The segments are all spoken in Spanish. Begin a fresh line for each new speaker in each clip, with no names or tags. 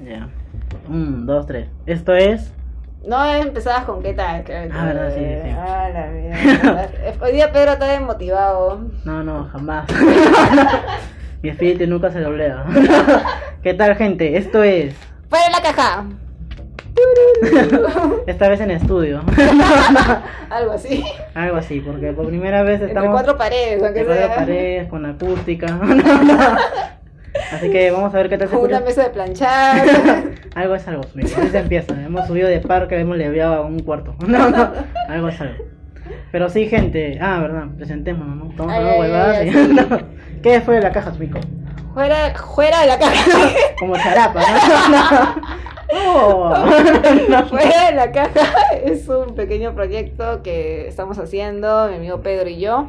Ya. Un, dos, tres. Esto es.
No empezabas con qué tal, creo. que-
Ah, verdad, sí, sí.
Ah, la mierda. Hoy día Pedro está desmotivado.
No, no, jamás. Mi espíritu nunca se doblea. ¿Qué tal, gente? Esto es.
¡Fuera la caja!
Esta vez en estudio.
Algo así.
Algo así, porque por primera vez
Entre
estamos.
cuatro paredes, aunque
entre cuatro
sea.
paredes, con acústica. Así que vamos a ver qué tal se
Con una
escucha.
mesa de planchar.
Algo es algo, amigos. Así se empieza. Hemos subido de parque, hemos leviado a un cuarto. No, no. Algo es algo. Pero sí, gente. Ah, verdad. Presentémonos, ¿no? Estamos
Ay,
hablando
ay,
huevadas.
ay,
y-
sí.
No. ¿Qué fue de la caja, Mico?
fuera, fuera de la caja.
Como charapa, ¿no? No. No.
fuera de la caja es un pequeño proyecto que estamos haciendo, mi amigo Pedro y yo.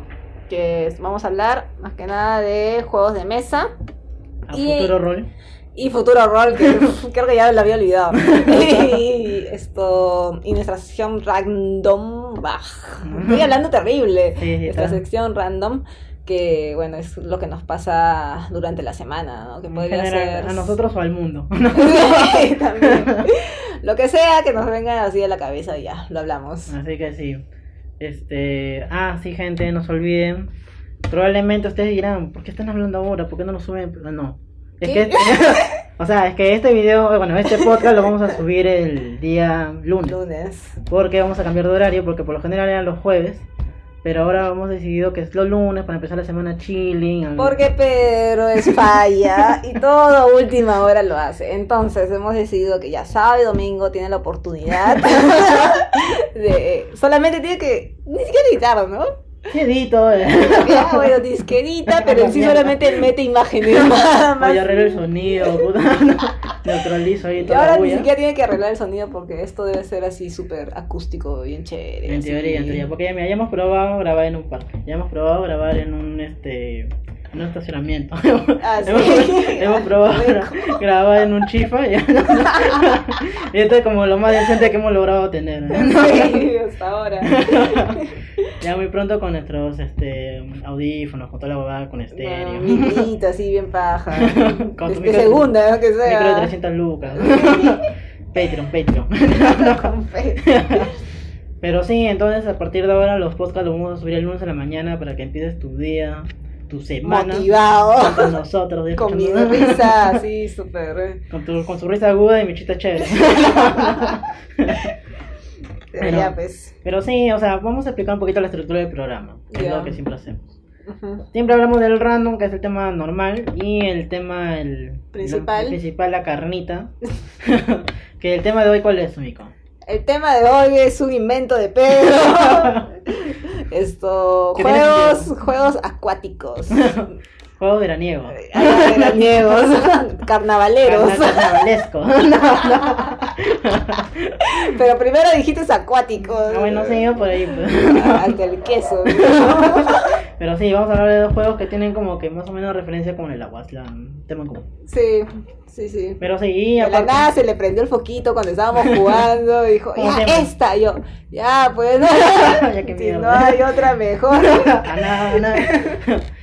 Que es- vamos a hablar más que nada de juegos de mesa.
A
Y-
futuro rol.
y futuro rol que creo que ya lo había olvidado y esto y nuestra sección random bah, estoy hablando terrible
Sí, sí,
nuestra
está.
sección random que bueno es lo que nos pasa durante la semana ¿no? que
En
podría
general,
ser
a nosotros o al mundo.
Sí, también. lo que sea que nos venga así de la cabeza y ya lo hablamos
Así que sí. Este. Ah, sí, gente, no se olviden. Probablemente ustedes dirán, ¿por qué están hablando ahora? ¿Por qué no lo suben? Pero No. Es
¿Qué?
que. este- o sea, es que este video, bueno, este podcast lo vamos a subir el día lunes.
lunes
Porque vamos a cambiar de horario, porque por lo general eran los jueves. Pero ahora hemos decidido que es los lunes para empezar la semana chilling. algo-
Porque Pedro es falla y todo a última hora lo hace. Entonces hemos decidido que ya sábado y domingo tiene la oportunidad de... Solamente tiene que... Ni siquiera editar, ¿no?
Sí, edito, eh.
Ya, bueno, disquerita, pero en sí solamente mete imágenes nada más.
Oye, arreglo el sonido, puta. no. Neutralizo ahí
Y
toda la
ahora ni
bulla.
siquiera tiene que arreglar el sonido porque esto debe ser así súper acústico, bien chévere.
En
así.
teoría, en teoría, porque ya, mira, ya hemos probado grabar en un parque, ya hemos probado grabar en un este en un estacionamiento,
Ah, sí.
hemos, hemos probado gra- grabar en un chifa y, y esto es como lo más decente que hemos logrado tener. ¿no?
Sí, hasta ahora.
ya muy pronto con nuestros este audífonos, con toda la huevada, con estéreo,
No, minita, así bien paja.
Con tu
De, de
micro-
segunda, ¿no? que sea.
micro de 300 lucas, Patreon, Patreon.
Con fe.
Pero sí, entonces a partir de ahora los podcasts los vamos a subir el lunes a la mañana para que empieces tu día, tu semana.
Motivado.
Con nosotros, de
Con mi
escuchando-
risa así, súper. eh.
Con, tu, con su risa aguda y mi chita chévere. Pero-
Ya, pues.
Pero sí, o sea, vamos a explicar un poquito la estructura del programa, que es
Ya.
lo que siempre hacemos.
Ujú.
Siempre hablamos del random, que es el tema normal, y el tema el,
Principal.
el principal, la carnita. que el tema de hoy, ¿cuál es, Mico?
El tema de hoy es un invento de Pedro. Esto,
¿Qué tiene
juegos,
sentido?
juegos acuáticos,
Juego veraniego.
veraniegos, carnavaleros.
Carnavalesco.
Pero primero dijiste acuáticos. Ah,
Ah, bueno, sí, yo por ahí. pues.
Ante el queso.
Pero sí, vamos a hablar de dos juegos que tienen como que más o menos referencia con el agua, es la- un tema común.
Sí, sí, sí.
Pero sí, y
De la
aparte-
nada se le prendió el foquito cuando estábamos jugando y dijo,
¿Cómo
ya
se llama?
esta, Y yo, ya pues,
que
si no
mierda.
hay otra mejor.
Ah, nada, nada.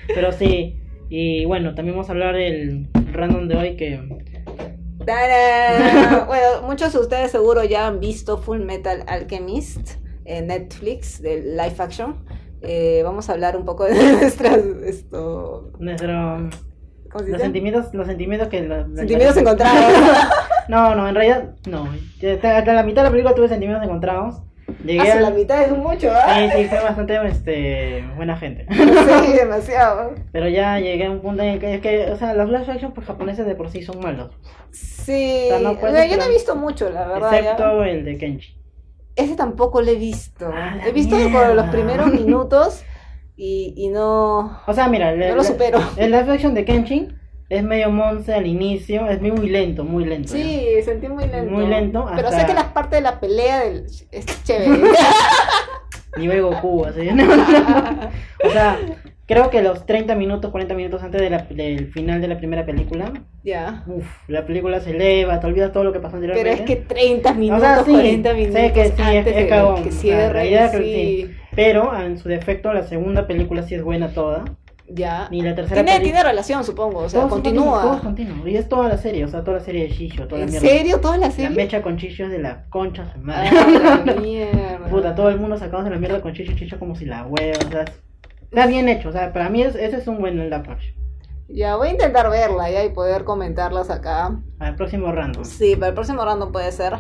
Pero sí, y bueno, también vamos a hablar del random de hoy que...
¡Tarán! bueno, muchos de ustedes seguro ya han visto Full Metal Alchemist en Netflix de live action. Eh, vamos a hablar un poco de nuestras, esto,
Nuestro,
¿cómo se
los
dice?
sentimientos, los sentimientos que... la- la-
Sentimientos
la-
encontrados.
No, no, en realidad, no. Hasta, hasta la mitad de la película tuve sentimientos encontrados. Llegué
Hasta
al-
la mitad es mucho, ¿ah?
Sí, sí, fue bastante este, buena gente.
Sí, demasiado.
Pero ya llegué a un punto en el que, es que, o sea, los live action pues, japoneses de por sí son malos.
Sí,
O sea, no puedes
Bueno, yo no he
esperar.
visto mucho, la verdad. ya.
Excepto el de Kenshi.
Ese tampoco lo he visto.
Ah, la
He visto por
mierda.
los primeros minutos y, y no,
O sea, mira, el,
no
el-
lo supero.
el live action de Kenshi es medio monce al inicio, es muy lento, muy lento. ya.
Sí, sentí muy lento.
Muy lento,
Pero
hasta-
sé que la parte de la pelea del... es chévere.
Nivel Goku, así. no, no. O sea, creo que los 30 minutos, 40 minutos antes de la- del final de la primera película,
ya.
uff, la película se eleva, te olvidas todo lo que pasó
Pero
anteriormente.
es que 30
O
minutos,
sea, sí,
40 minutos
sé que sí, es,
antes
es
de
cagón.
que
o sea, en
cierre,
realidad creo que
sí.
sí. Pero en su defecto, la segunda película sí es buena toda.
Ya.
Ni la tercera
Tiene,
peli-
tiene relación, supongo. O sea,
Todo es continuo,
continúa.
Todo es continuo. Y es toda la serie, o sea, toda la serie de Shisho, toda la
¿En
mierda.
serio? ¿Toda la
La
serie?
mecha con Shisho es de la concha de su madre.
Ah, la mierda.
Puta, todo el mundo sacándose la mierda con Chicho Chicho como si la hueva, o sea, es- está bien hecho, o sea, para mí es- ese es un buen live action.
Ya, voy a intentar verla ya y poder comentarlas acá.
Al próximo random.
Sí, para el próximo random puede ser.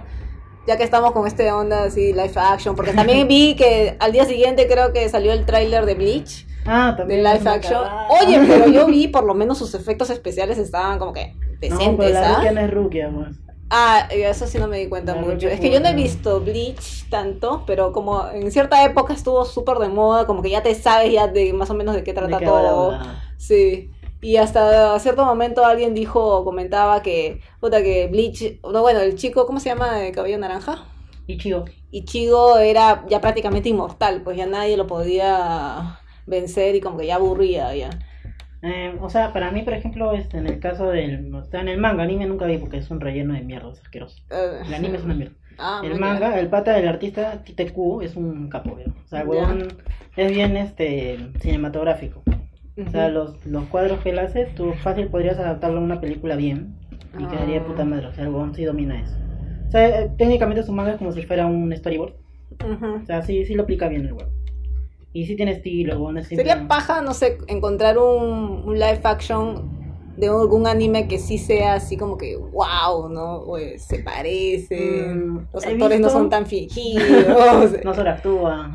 Ya que estamos con este onda así, live action. Porque también vi que al día siguiente creo que salió el tráiler de Bleach,
Ah,
de
también. es
live
una
action.
cagada.
Oye, pero yo vi por lo menos sus efectos especiales estaban como que
No, pero
decentes,
la
¿ah?
ruquia no es ruquia, pues.
Ah, eso sí no me di cuenta
La
mucho.
Rocky
Es que yo no he
Horror.
visto Bleach tanto, pero como en cierta época estuvo súper de moda, como que ya te sabes ya de más o menos de qué trata
De qué va la
todo.
huevada.
Sí. Y hasta cierto momento alguien dijo o comentaba que, puta, que Bleach, no, bueno, el chico, ¿cómo se llama? De cabello naranja.
Y chido.
Ichigo era ya prácticamente inmortal, pues ya nadie lo podía vencer y como que ya aburría ya.
Eh, o sea, para mí, por ejemplo, este, en el caso del. O sea, en el manga, anime nunca vi porque es un relleno de mierda, es asqueroso.
Eh,
El anime es una mierda.
ah,
el
muy
manga,
bien.
el pata del artista Tite Q es un capo, ¿verdad? O sea, el
Ya.
huevón es bien este cinematográfico. O sea, los, los cuadros que él hace, tú fácil podrías adaptarlo a una película bien y
Ah.
quedaría de puta madre. O sea, el huevón sí domina eso. O sea, eh, técnicamente su manga es como si fuera un storyboard.
Ujú.
O sea, sí, sí lo aplica bien el huevón. Y sí tiene estilo, el huevón es siempre-
Sería paja, no sé, encontrar un, un live action de algún anime que sí sea así como que wow, ¿no? O, eh, se parece,
Mm,
los
he
actores no
visto-
son tan fingidos.
No sobreactúa.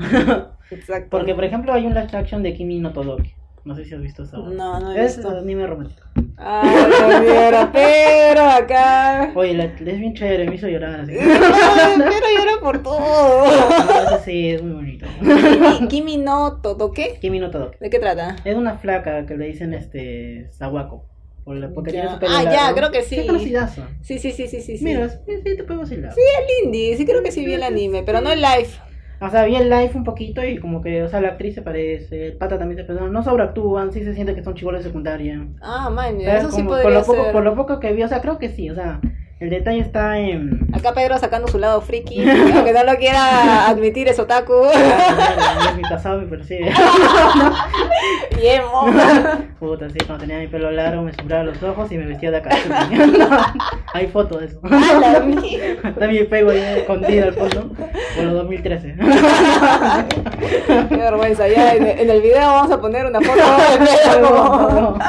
Exacto.
Porque, por ejemplo, hay un live action de Kimi no Todoke. No sé si has visto esa. huevón.
No, no he
Es
visto.
anime romántico.
Ay, la mierda, pero acá.
Oye, la- es bien chévere, me hizo llorar así.
Ay, pero llora por todo.
Entonces, sí, es muy bonito.
Kimi, Kimi no Todoke.
Kimi no Todoke.
¿De qué trata?
Es una flaca que le dicen este Sawako. Por la, porque
Ya.
tiene su pelo
Ah, ya,
largo.
creo que sí.
Qué conocidazo.
Sí, sí, sí, sí, sí. sí.
Mira, sí, sí te puedo vacilar.
es Lindy, sí creo que sí vi el anime, pero no el live.
O sea, vi el live un poquito y como que, o sea, la actriz se parece, el pata también se parece. No sobreactúan, sí se siente que son chibolos de secundaria.
Ah, man,
Pero
eso sí
como- por,
podría
lo poco,
ser.
por lo poco que vi, o sea, creo que sí, o sea, el detalle está en...
Acá Pedro sacando su lado friki, aunque no lo quiera admitir, es otaku.
mi pasado me persigue.
Bien, mono.
Puta, sí, cuando tenía mi pelo largo me sobraba los ojos y me vestía de acá. No, hay fotos de eso.
A la mierda.
Está mi pego ahí escondido al fondo por los 2013.
Qué vergüenza. Ya en, en el video vamos a poner una foto de Pedro como-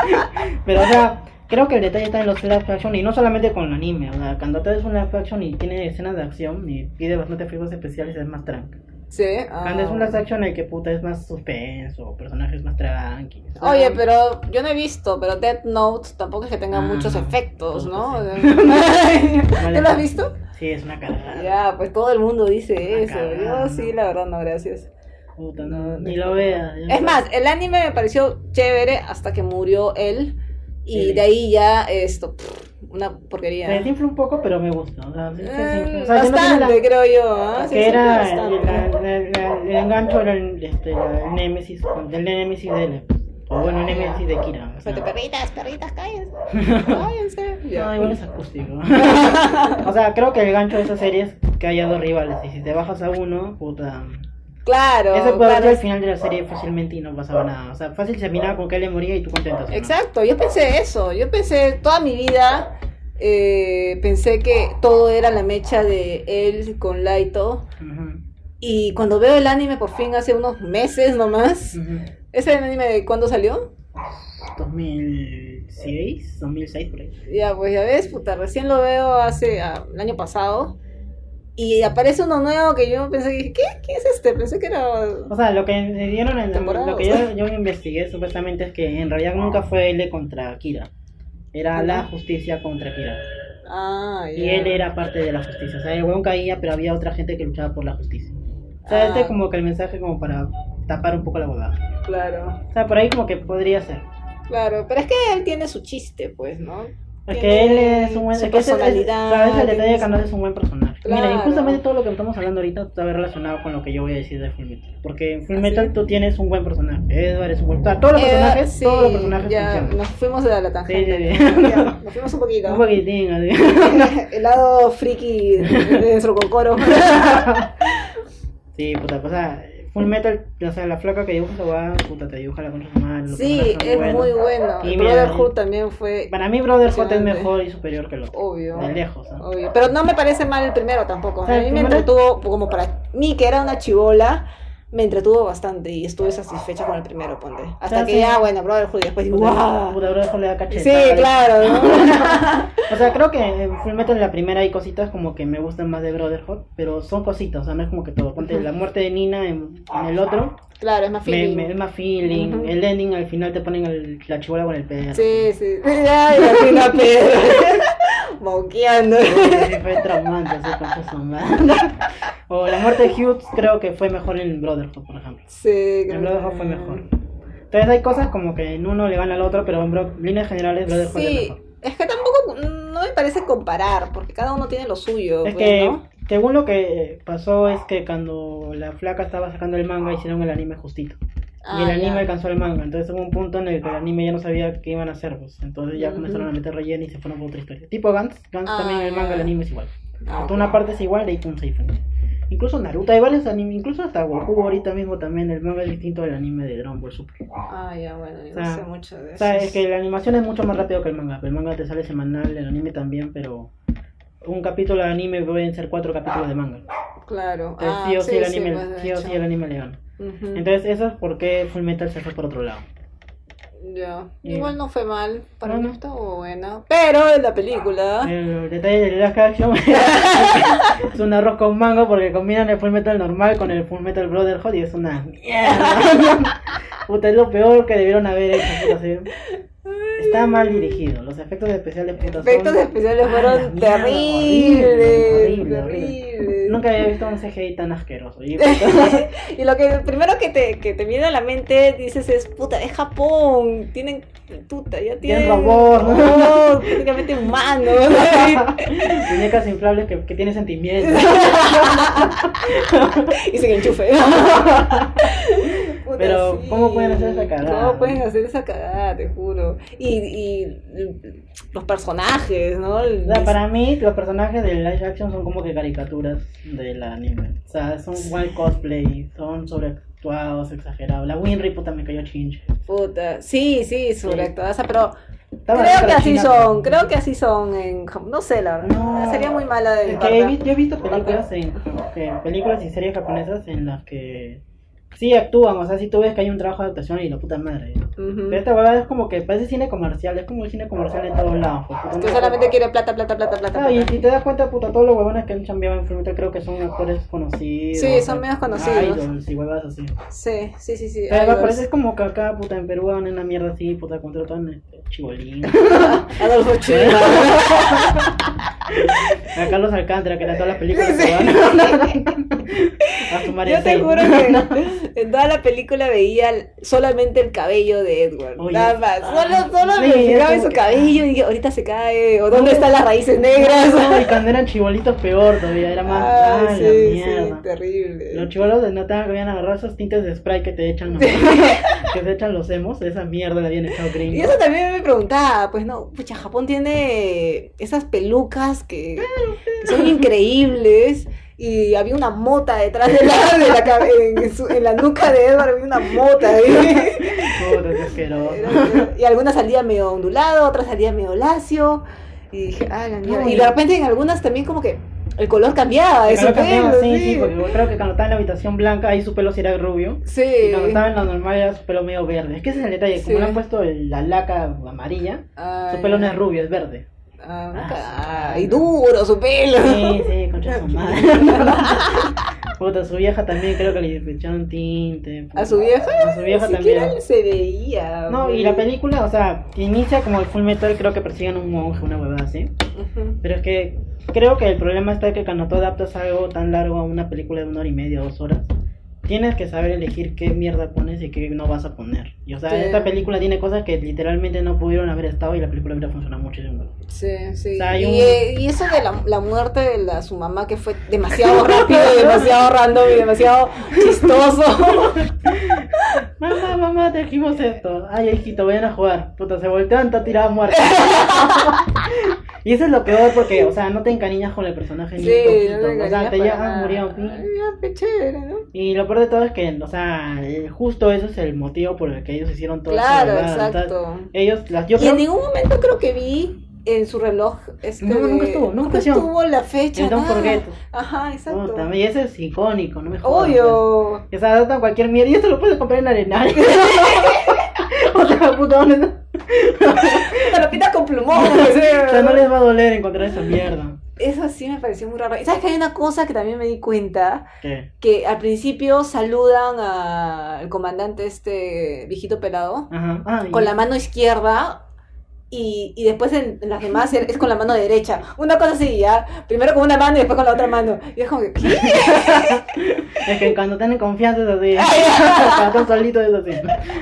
Pero, o sea, creo que el detalle está en los live action y no solamente con el anime. O sea, cuando te ves un live action y tiene escenas de acción y pide bastante efectos especiales, es más tranca.
Sí. ah.
Cuando es un live action, el que puta es más suspenso, personajes más tranqui. O sea,
Oye, pero yo no he visto, pero Death Note tampoco es que tenga
Ah,
muchos
no.
efectos, ¿no?
Puta,
¿Tú lo has visto?
Sí, es una cagada.
Ya, pues todo el mundo
Ah,
dice eso.
cagada,
Yo sí,
¿no?
la verdad, no, gracias.
Puta,
No,
no, ni
no.
lo veas.
Es más, el anime me pareció chévere hasta que murió él. Y
Sí.
de ahí ya esto, pff, una porquería.
Se desinfla un poco, pero me gusta. O sea, sí, se desinfla.
Eh,
O sea, yo no tengo la-
bastante, creo yo. ¿ah? Sí,
que
sí,
era el,
bastante.
el- el- el engancho era el, este, la- el némesis con- el némesis de él o bueno el némesis de Kira o sea.
Espérate, perritas, perritas, cállense. Cállense.
no
Ya.
igual es acústico o sea creo que el gancho de esa serie es que haya dos rivales y si te bajas a uno puta
Claro.
ese puede
claro.
ser el final de la serie fácilmente y no pasaba nada o sea fácil se terminaba con que él le moría y tú contento ¿no?
Exacto, yo pensé eso. Yo pensé toda mi vida. eh, pensé que todo era la mecha de él con Laito.
Ujú,
Y cuando veo el anime por fin hace unos meses nomás.
ujú.
¿Ese anime de cuándo salió?
2006 2006 por ahí
Ya, pues ya ves, puta, recién lo veo hace ah, el año pasado. Y aparece uno nuevo que yo pensé que dije, ¿qué? ¿Qué es este? Pensé que era
o sea, lo que me dieron en
Temporadas. Ah.
lo que yo, yo investigué supuestamente es que en realidad nunca fue él contra Kira. Era la justicia contra Kira.
Ah, ya.
Y él era parte de la justicia. O sea, el huevón caía, pero había otra gente que luchaba por la justicia. O sea,
Ah.
este es como que el mensaje como para tapar un poco la huevada.
Claro,
O sea, por ahí como que podría ser.
claro. Pero es que él tiene su chiste, pues, ¿no?
Es que él
Tiene
es un buen...
su
es que ese- es-
personalidad,
claro, ese es el detalle
tiene
de Canal es un buen personaje. Mira, y
Claro.
justamente todo lo que estamos hablando ahorita está relacionado con lo que yo voy a decir de Fullmetal. Porque en Fullmetal
Así.
tú tienes un buen personaje. Edward es un buen... O sea, todos los
Eh,
personajes,
sí,
todos los personajes
ya,
funcionan.
nos fuimos de la tangente.
Sí, sí, sí.
Ya, nos fuimos un poquito.
Un poquitín, así.
el lado friki de nuestro cocoro.
Sí, puta, o sea, Full Metal, o sea, la flaca que dibuja esa weá, puta, te dibuja la concha de su madre. los
Sí,
personajes son buenos.
es muy bueno.
Y mira,
Brotherhood también fue
Para mí, Brotherhood es
Impresionante.
mejor y superior que el otro.
obvio.
De lejos, ¿ah?
obvio. Pero no me parece mal el primero tampoco.
O
A
sea, el
mí me
primero-
entretuvo, como para mí, que era una chivola, me entretuvo bastante y estuve satisfecha con el primero, ponte.
O sea,
Hasta que
Ah, sí.
ya, bueno, Brotherhood, y después digo,
Puta,
¡guau!
puta, Brotherhood le da cachetadas.
Sí, claro, ¿no?
O sea, creo que en Full Metal la primera hay cositas como que me gustan más de Brotherhood, pero son cositas, o sea, no es como que todo. Ponte
Ujú.
la muerte de Nina en, en el otro,
claro, es más
me,
feeling.
me- es más feeling.
Ujú.
El ending al final te ponen el- la chivola con el perro.
Sí, sí. Ya, y así la Pedro. Moqueando.
Sí, fue traumante, así con su madre. O la muerte de Hughes creo que fue mejor en Brotherhood, por ejemplo.
Sí, creo
En Brotherhood
que-
fue mejor. Entonces hay cosas como que en uno le gana al otro, pero en bro- líneas generales Brotherhood es
Sí,
mejor.
es que tampoco no me parece comparar, porque cada uno tiene lo suyo.
Es
pues,
que,
¿no?
según lo que pasó, es que cuando la flaca estaba sacando el manga, hicieron el anime justito.
Ah,
y el anime
ya.
alcanzó el manga. Entonces hubo un punto en el que el anime ya no sabía qué iban a hacer. Pues. Entonces ya
Ujú.
comenzaron a meter relleno y se fueron por otra historia. Tipo Gantz. Gantz
Ah,
también el
ya.
manga, el anime es igual.
Ah,
Hasta una parte es igual y punto se diferencia. Incluso Naruto, hay varios animes, incluso hasta Goku ahorita mismo también, el manga es distinto del anime de Dragon Ball Super.
Ah, ya, bueno, yo
O sea,
no sé mucho de
O
eso.
sea, es que la animación es mucho más rápido que el manga, pero el manga te sale semanal, el anime también, pero un capítulo de anime pueden ser cuatro capítulos de manga.
Claro.
Entonces,
Ah,
sí o sí, el anime,
pues, de
sí o sí
hecho. Mm.
el anime le gana.
Ujú.
Entonces, eso es porque Full Metal se fue por otro lado.
Ya.
Yeah.
Igual no fue mal. Para
No,
mí
no.
estuvo buena. Pero en la película.
El detalle de la Action es un arroz con mango porque combinan el Full Metal normal con el Full Metal Brotherhood y es una mierda. puta, es lo peor que debieron haber hecho. puta, sí. Está mal dirigido. Los efectos especiales puta, son-
Efectos especiales
Ah, la
fueron
mierda,
terribles.
horrible, horrible, horrible.
terribles.
Nunca había visto un CGI tan asqueroso. Y, puta,
Y lo que primero que te, que te viene a la mente dices es, puta, es Japón, tienen, puta, ya tienen...
robot, ¿no?
robot, prácticamente humanos.
muñecas inflables que, que tienen sentimientos.
y sin enchufe. Puta,
Pero, ¿cómo pueden hacer esa cagada?
¿Cómo pueden hacer esa cagada, te juro? Y, y los personajes, ¿no?
O sea, para mí los personajes de live action son como que caricaturas del anime. O sea, son igual cosplay, son sobreactuados, exagerados. La Winry puta me cayó chinche.
Puta, sí, sí, sobre todo esa, pero
Estaba
creo que
para
así
China,
son,
pero-
creo que así son en... Jap- No sé, la verdad.
No.
Sería muy mala de mi
Es que he
parte.
vi- yo he visto películas, en, que- películas y series japonesas en las que sí actúan, o sea, si tú ves que hay un trabajo de actuación y la puta madre. ¿no?
Ujú.
Pero esta huevada es como que parece cine comercial, es como el cine comercial en todos lados. pues, puta,
Tú
no-
solamente quieres plata, plata, plata, plata.
Ah, y,
plata.
y te das cuenta, puta, todos los huevones que han chambeado en Fullmetal creo que son actores conocidos.
Sí, son
eh,
medios conocidos.
Idols y huevadas así.
Sí, sí, sí, sí.
O sea, me
Idols.
parece como que acá, puta, en Perú hagan una mierda así, puta, contratan este, chibolín.
Adolfo Chile.
a Carlos Alcántara, que era todas las películas
Sí, sí.
peruanas. a su María
Yo te
Cel.
juro que en toda la película veía el- solamente el cabello de Edward.
Oye.
Nada más.
Ah,
Solo, solo
sí,
me fijaba en
eso.
su cabello y dije, ahorita se cae. O dónde están las raíces negras.
ah. No, y cuando eran chibolitos peor todavía, era más...
Ah,
ah, la
sí, sí,
mierda. Los
terrible.
chibolos de Nota habían agarrado esos tintes de spray que te echan, que te echan los emos, esa mierda la habían echado gringo.
Y eso también me preguntaba, pues no, pucha, Japón tiene esas pelucas que,
Ah,
que son increíbles. Y había una mota detrás de la, de la cabe- en, su- en la nuca de Edward, había una mota ahí.
Puta, qué asqueroso.
Era- Y algunas salían medio ondulado, otras salían medio lacio. Y dije, ah, la mierda.
No,
y
y-
de repente en algunas también como que el color cambiaba.
Claro,
Eso
cambiaba, sí, sí, porque yo creo que cuando estaba en la habitación blanca, ahí su pelo sí era rubio. Y cuando estaba en la normal era su pelo medio verde. Es que ese es el detalle, como
Sí.
le han puesto el- la laca amarilla, su pelo no es rubio, es verde.
Ah, y duro su pelo.
Sí, sí, concha su madre. Puta, su vieja también creo que le echaron tinte. puta.
A su vieja.
A su vieja
ni siquiera
también.
se veía.
No, y la película, o sea, inicia como el full metal, creo que persiguen a un monje, una huevada así.
Ujú.
Pero es que creo que el problema está que cuando tú adaptas algo tan largo a una película de una hora y media, dos horas, tienes que saber elegir qué mierda pones y qué no vas a poner. Y o sea,
Sí.
esta película tiene cosas que literalmente no pudieron haber estado y la película hubiera funcionado muchísimo.
Sí, sí.
O sea, hay
y,
un-
eh, y eso de la, la muerte de la- su mamá que fue demasiado rápido, y demasiado random y demasiado chistoso.
Mamá, mamá, te dijimos esto. Ay, hijito, vayan a jugar. Puta, se voltean, está tirada muerta. Y eso es lo peor porque, o sea, no te encariñas con el personaje ni un
Sí, no
poquito.
me
o sea, te
engañas
ya
para
ah, murió.
nada.
mm.
Ay, ya, qué chévere, ¿no?
Y lo peor de todo es que, o sea, el- justo eso es el motivo por el que ellos hicieron todo
Claro,
eso. ¿verdad?
exacto.
Entonces, ellos, las, yo
y
creo
en ningún momento creo que vi en su reloj. Este,
No, nunca estuvo, nunca apareció.
estuvo la fecha.
El Don't
nada.
Forget.
Ajá, exacto.
Puta, y ese es icónico, no me jodas.
Obvio.
pues. O sea, adaptan cualquier mierda. Y esto lo puedes comprar en Arenal. o sea, puta, ¿dónde no?
Te lo pintas con plumón.
o sea, no les va a doler encontrar esa mierda.
Eso sí me pareció muy raro. Y ¿Sabes que hay una cosa que también me di cuenta?
¿Qué?
Que al principio saludan a- al comandante este viejito pelado
Ajá. Ah, y-
con la mano izquierda y, y después en, en las demás es es con la mano derecha. Una cosa así, ya. Primero con una mano y después con la otra mano. Y es como que, ¿qué?
Es que cuando tienen confianza es así. cuando están solitos es así.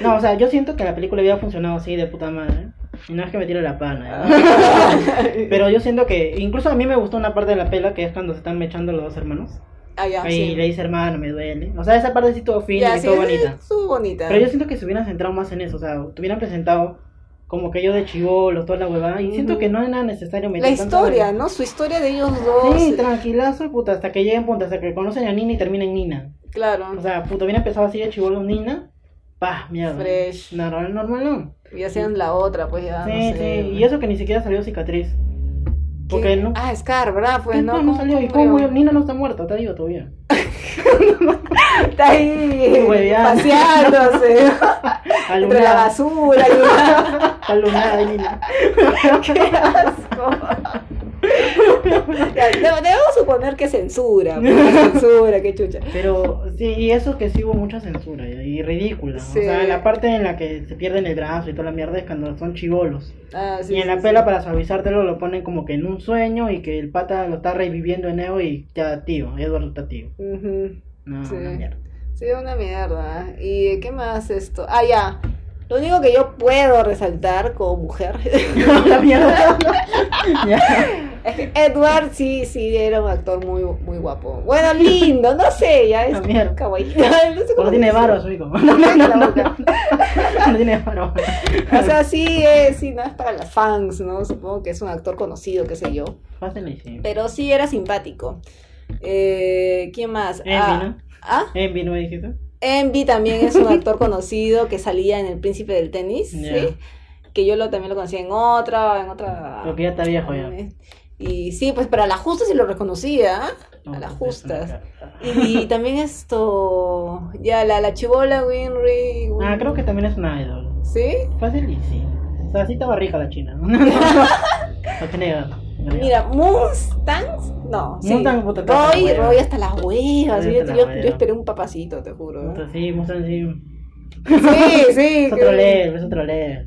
No, o sea, yo siento que la película hubiera funcionado así de puta madre. Y no es que me tire la pana.
Ah.
¿eh? Pero yo siento que, incluso a mí me gustó una parte de la pela que es cuando se están mechando los dos hermanos.
Ah, ya,
y
sí.
le dice hermano, me duele. O sea, esa parte sí estuvo fina
Ya,
y
sí,
estuvo
es-
bonita.
estuvo bonita.
Pero yo siento que se hubieran centrado más en eso. O sea, te hubieran presentado como que ellos de chivolos, toda la huevada. Y siento
Ujú.
que no era necesario
La
meter tanto-
historia, ¿no? Su historia de ellos dos. eh,
Sí, tranquilazo, puta, hasta que lleguen, puta, hasta que conocen a Nina y terminen Nina.
claro.
O sea, puto, bien empezado así de chivolo Nina. Pa, mierda.
Fresh.
Normal, normal, no.
Y hacían la otra, pues ya.
sí,
no
sí.
sé.
Y eso que ni siquiera salió cicatriz. Porque
¿Qué?
no.
Ah, Scar, ¿verdad? Pues no.
no,
¿cómo-
salió. ¿Y
cómo
cómo
murió?
murió? Nina no está muerta, te digo todavía.
Está ahí
Hueveando.
paseándose entre
Alunada.
la basura. y-
Alunada, Nina.
¡Qué asco! Ya, de- Debemos suponer que censura. pues, Censura, qué chucha.
Pero sí, y eso que sí hubo mucha censura y y ridícula.
Sí.
O sea, la parte en la que se pierden el brazo y toda la mierda es cuando son chivolos.
Ah, sí,
y en
sí,
la
sí.
pela, para suavizártelo, lo ponen como que en un sueño y que el pata lo está reviviendo de nuevo y ya tío, Edward está tío.
Ujú.
No,
Sí.
una mierda.
Sí, una mierda. ¿Y qué más esto? Ah, ya. Lo único que yo puedo resaltar como mujer
la mierda. Ya.
es que Edward sí, sí, era un actor muy, muy guapo. Bueno, lindo, no sé, ya es
La mierda.
kawaii. No sé cómo
Porque tiene
decirlo.
varo su hijo. No, no, no, no, no, No tiene varo.
O sea, sí, es, sí, no es para las fans, ¿no? Supongo que es un actor conocido, qué sé yo.
Pásenle y sí.
Pero sí era simpático. Eh, ¿Quién más?
Envy,
ah,
¿no?
ah,
Envy, ¿no me dijiste?
Envy también es un actor conocido que salía en El Príncipe del Tenis,
Ya.
¿sí? Que yo lo, también lo conocí en otra, en otra...
Porque ya está viejo ya.
Y sí, pues para la justa sí lo reconocía, ¿eh?
No,
a las
pues, es una
justas.
mierda.
Y, también esto, ya la, la chibola Winry.
Ah, creo que también es una idol.
¿Sí?
Fácil y sí. O sea, sí estaba rica la china. No, no, no. que negar. no negar.
Mira, Mustangs, no, sí.
Mustang, puta, hasta las
Roy,
huevas.
Roy hasta las huevas.
Roy
Yo,
hasta
yo-
las
yo
huevas.
esperé un papacito, te juro.
Puta, sí, muestran sí.
Sí, sí.
Es otro leer, es otro leer.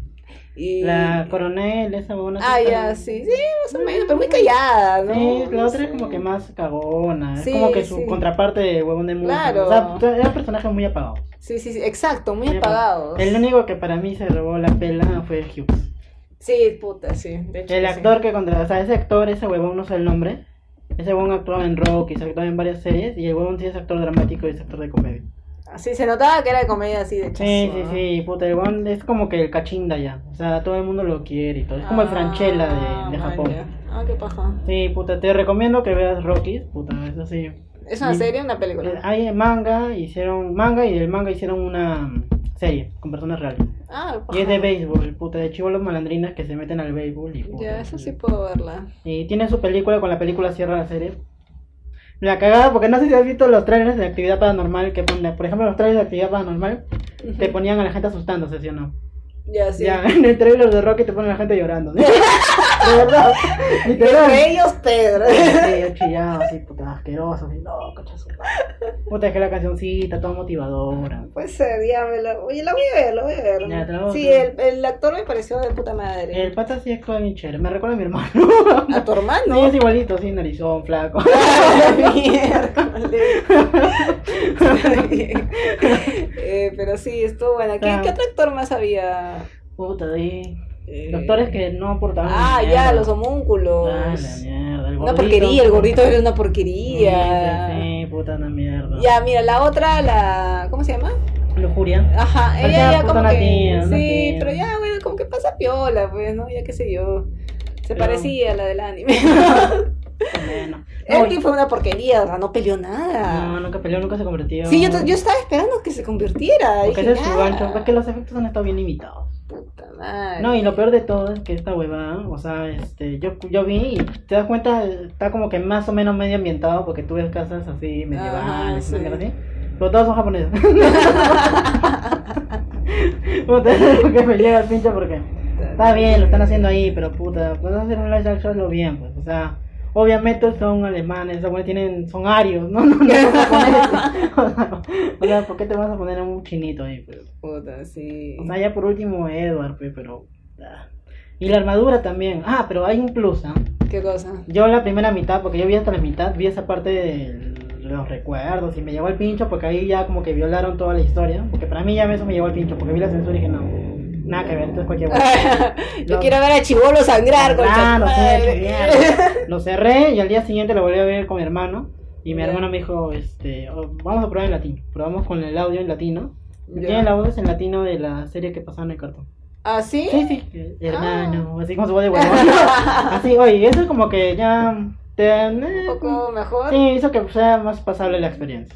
Y-
La coronel, esa buena.
Ah, ya, sí, sí, más o menos, pero muy callada, ¿no?
Sí, la
No
otra es
sé.
como que más cagona.
Sí,
es como que su
sí.
contraparte de huevón de mundo.
Claro.
O sea, era un personaje muy apagado.
Sí, sí, sí, exacto, muy
Muy
apagados.
pues, El único que para mí se robó la pela fue Hughes.
Sí, puta, sí. de hecho
El
que
actor que contra. O sea, ese actor, ese huevón, no sé el nombre. Ese huevón actuaba en Rocky, se actuaba en varias series. Y el huevón sí es actor dramático y es actor de comedia.
Sí. Sí, se notaba que era de comedia así de
Sí,
chazo,
sí,
¿no?
sí, puta, el huevón es como que el cachinda ya. O sea, todo el mundo lo quiere y todo. Es como el
Ah,
Franchella de, de
man,
Japón.
ya. Ah, qué paja.
Sí, puta, te recomiendo que veas Rocky, puta, eso sí.
¿Es una
Sí.
serie o una película?
Hay manga, hicieron manga y del manga hicieron una serie con personas reales.
Ah, qué
Y es
paja.
de béisbol, puta, de chivolos malandrinas que se meten al béisbol y puta.
Ya, eso sí puedo verla.
Y tiene su película, con la película cierra la serie. La cagada, porque no sé si has visto los trailers de actividad paranormal que ponen, por ejemplo, los trailers de actividad paranormal te ponían a la gente asustándose, ¿sí o no?
Ya, sí.
Ya, en el trailer de Rocky te ponen a la gente llorando. ¿sí? De verdad. Literal.
Entre ellos, Pedro.
Sí, yo chillado, así, puta, asqueroso, así, no, cochazo. Puta, es que la cancioncita, toda motivadora.
Pues ser, ya me la... Oye, la voy a ver, la voy a ver.
Ya, te la voy a
sí,
ver.
el, el actor me pareció de puta madre.
El pata sí actúa bien chévere, me recuerda a mi hermano.
A tu hermano.
Sí, es igualito, sí, narizón, flaco.
Ah, miércoles. Eh, pero sí, estuvo buena. ¿Qué,
Claro.
qué otro actor más había?
Puta, sí.
Eh,
Doctores que no aportaban.
Ah,
mierda.
ya, los homúnculos.
Ah, la mierda, el
una
gordito.
porquería, el gordito era una
Sí,
porquería.
Sí, sí, puta, una mierda.
Ya, mira, la otra, la. ¿Cómo se llama?
Lujuria.
Ajá,
Parecía
ella ya
puta
como
una
que.
tía, una
sí,
tía.
pero ya, bueno, como que pasa piola, pues, ¿no? Ya qué sé yo. Se
Pero-
parecía a la del anime.
Bueno. No,
El tipo fue una porquería, o sea, no peleó nada.
no, nunca peleó, nunca se convirtió.
Sí, yo, yo estaba esperando que se convirtiera.
Porque
dije,
ese es su
"Ya".
gancho, es que los efectos han estado bien limitados.
Puta madre.
No, y lo peor de todo es que esta huevada, o sea, este, yo, yo vi y te das cuenta, está como que más o menos medio ambientado porque tú ves casas así medievales,
Ajá,
una
sí.
mierda así, pero todos son japoneses. puta, es lo que me llega el pinche porque está bien, lo están haciendo ahí, pero puta, puedes hacer un live action lo bien, pues, o sea, obviamente son alemanes, esos güeyes tienen, son arios, no, no, no, son japoneses. o, sea, o sea, ¿por qué te vas a poner a un chinito ahí? Pues?
Puta, sí.
O sea, ya por último Edward, pe, pero... ah. Y la armadura también. Ah, pero hay un plus, ¿ah?
¿Qué cosa?
Yo la primera mitad, porque yo vi hasta la mitad, vi esa parte de los recuerdos y me llegó el pincho porque ahí ya como que violaron toda la historia. Porque para mí ya eso me llegó el pincho, porque vi la censura y dije, no, nada que ver, entonces cualquier...
yo
No.
quiero ver a Chibolo sangrar con
Ah, lo, sé,
Chapal.
mierda. lo cerré y al día siguiente lo volví a ver con mi hermano. Y mi
Ya.
hermano me dijo, este, oh, vamos a probar en latino. Probamos con el audio en latino.
Ya.
Tiene la voz en latino de la serie que pasaba en el cartón.
¿Ah, sí? Ah.
Sí, sí, hermano, así como su voz de huevón. así, oye, eso es como que ya te...
Un poco mejor.
Sí, hizo que sea más pasable la experiencia.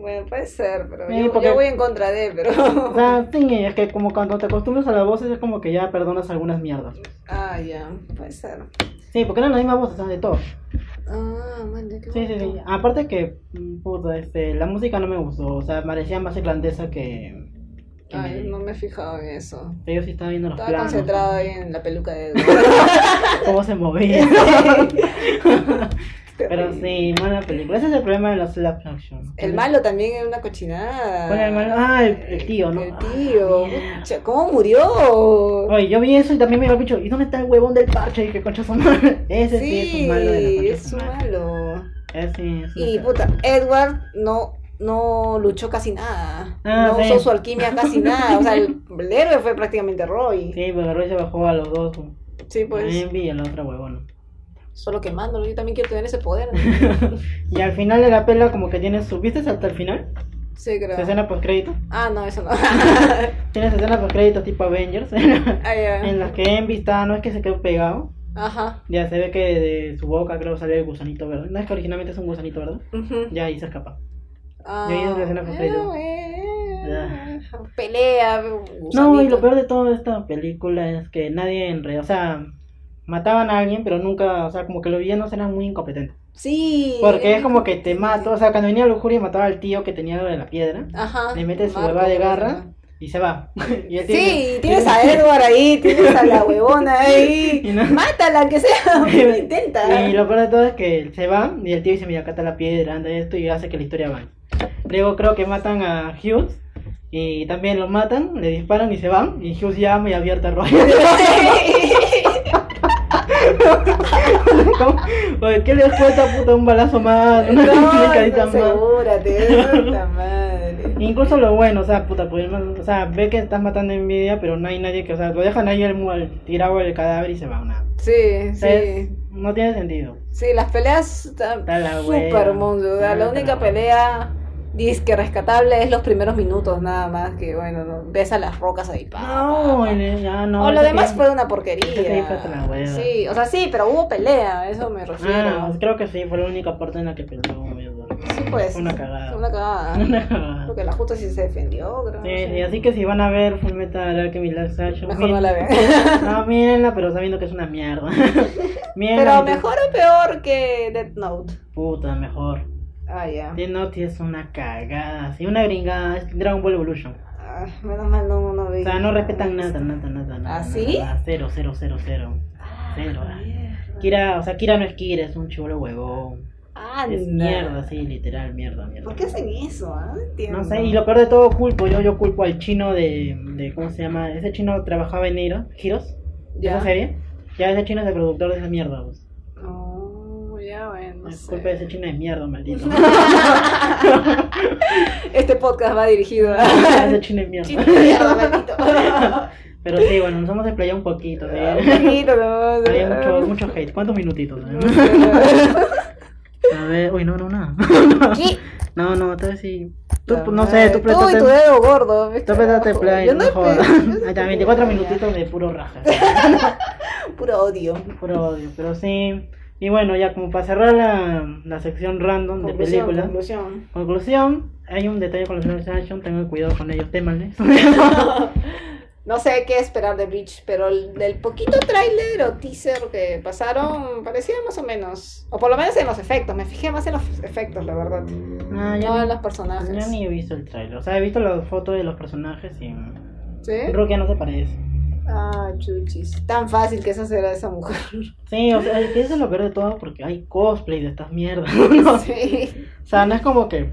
Bueno, puede ser, pero
Sí,
yo,
porque-
yo voy en contra de, pero.
O sea, sí, es que como cuando te acostumbras a las voces es como que ya perdonas algunas mierdas.
ah, ya, puede ser.
Sí, porque eran las mismas voces, o sea, de todo.
Ah, mande, qué
Sí, sí, sí.
bonito.
Aparte que, mm, puta, este, la música no me gustó, o sea, parecía más irlandesa que... que
Ay,
me-
no me he fijado en eso.
Yo sí estaba viendo los
Estaba
planos,
concentrada ahí en la peluca de Edward.
cómo se movía. Pero
Terrible.
sí, mala película. Ese es el problema de los live action.
El malo también era una cochinada.
Bueno, el malo- ah, el- el tío, ¿no?
El tío.
Ah, mierda. Oh,
Pucha, ¿Cómo murió?
Oye, yo vi eso y también me dijo, bicho, ¿y dónde está el huevón del parche? Y que concha su madre. Ese sí, es un malo de la concha
es
su
un
madre.
malo.
Ese es un
Y
feo.
puta, Edward no, no luchó casi nada.
Ah,
no
sí.
usó su alquimia casi nada. O sea, el, el héroe fue prácticamente Roy. Sí,
Sí, pero Roy se bajó a los dos.
pues.
También vi a la otra huevona.
Solo quemándolo. Yo también quiero tener ese poder.
Y al final de la pela como que tienes su... ¿Viste hasta el final?
sí, creo.
Su escena post-crédito.
Ah, no, eso no. ah,
Tienes escena post-crédito tipo Avengers. en
ya.
las que Envy está, no es que se quedó pegado.
Ajá.
Ya se ve que de su boca creo sale el gusanito verde. No es que originalmente es un gusanito, ¿verdad?
Ujú.
Ya ahí se escapa.
Ah,
ahí es la escena post-crédito.
eh, Pelea.
No, y
gusanito.
lo peor de toda esta película es que nadie en realidad, o sea, mataban a alguien, pero nunca, o sea, como que los villanos eran muy incompetentes.
Sí.
Porque es como que te mato, o sea, cuando venía Lujuria y mataba al tío que tenía lo de la piedra,
Ajá.
le mete su
Marco,
hueva de
creo que
garra
era.
y se va. Y el tío-
Sí, tienes a Edward ahí, tienes a la huevona ahí.
Y no-
Mátala, que sea. pero intenta.
Y lo peor de todo es que se va y el tío dice, mira, acá está la piedra, anda esto y hace que la historia vaya. Luego creo que matan a Hughes y también lo matan, le disparan y se van y Hughes llama y abierta rollo. ¿Cómo? Oye, ¿Qué les cuesta, puta, un balazo más? Una picadita
no,
más.
asegúrate, puta madre.
Incluso lo bueno, o sea, puta, pues, hermano, o sea, ve que estás matando envidia, pero no hay nadie que, o sea, lo dejan ahí el, mu- el tirado el cadáver y se va una.
Sí,
Es-
sí.
No tiene sentido.
Sí, las peleas están
Está la
súper
hueva.
monstruos. La
Está
única
la
pelea disque rescatable es los primeros minutos nada más. Que bueno, no, ves a las rocas ahí. pa, pa,
No,
pa.
el- ya no.
o lo
ese
demás pues.
tío-
fue una porquería.
ese sí fue hasta la hueva.
Sí, o sea, sí, pero hubo pelea, a eso me refiero.
Ah, creo que sí, fue la única parte en la que peleó, mierda.
Sí, pues.
Una cagada.
Una cagada.
Una cagada.
Porque la justa sí se defendió, creo.
Sí,
no sé.
sí, así que si van a ver Full Metal Alchemy Last Action,
Mejor no la vean.
No, mírenla, pero sabiendo que es una mierda. Mírenla,
Pero mejor o peor que Death Note.
Puta, mejor.
Ah, ya.
Death Note es una cagada, sí, una gringada, es Dragon Ball Evolution.
Ah, menos mal no, no vi.
O sea, no respetan nada, nada, nada, nada.
¿Ah, sí?
nada, cero, cero, cero, cero. Cero. ah.
Mierda.
Kira, o sea, Kira no es Kira, es un chulo huevón.
Anda.
Es mierda, sí, literal, mierda, mierda.
Ah, ¿Por qué hacen eso? ah? No entiendo.
No sé, y lo peor de todo culpo, yo, yo culpo al chino de, de ¿cómo se llama? Ese chino trabajaba en Hiro- Heroes,
Ya.
esa serie. Ya ese chino es el productor de esa mierda, pues.
Oh, ya, bueno. no
es
sé.
culpa de ese chino de mierda, maldito.
Este podcast va dirigido a.
ese chino de mierda.
Chino de mierda, maldito.
Pero sí, bueno, nos hemos desplayado un poquito, ¿sí?
Un poquito, no, no.
Había mucho, mucho hate. ¿Cuántos minutitos? eh? A ver, uy, no, no, nada.
¿Qué?
No, no, tal vez sí. Tú, no sé, tú
Tú y
prestaste.
tu dedo gordo.
Tú prestaste play.
Yo no
jodas.
he
Ahí está, 24 minutitos de puro raja.
puro odio.
Puro odio, pero sí. Y bueno, ya como para cerrar la, la sección random de
Conclusión,
películas.
conclusión.
Conclusión, hay un detalle con los live action, tengan cuidado con ellos, témanles.
No sé qué esperar de Bleach, pero el- del poquito tráiler o teaser que pasaron parecía más o menos, o por lo menos en los efectos, me fijé más en los efectos, la verdad,
Ah, yo,
no en los
ni- yo
personajes.
ni he visto el trailer, o sea, he visto las fotos de los personajes y
¿Sí?
creo que no se parece.
Ah, chuchis, tan fácil que es hacer a esa mujer.
Sí, o sea, que eso es lo peor de todo porque hay cosplay de estas mierdas. ¿no? O
Sí.
sea, no es como que...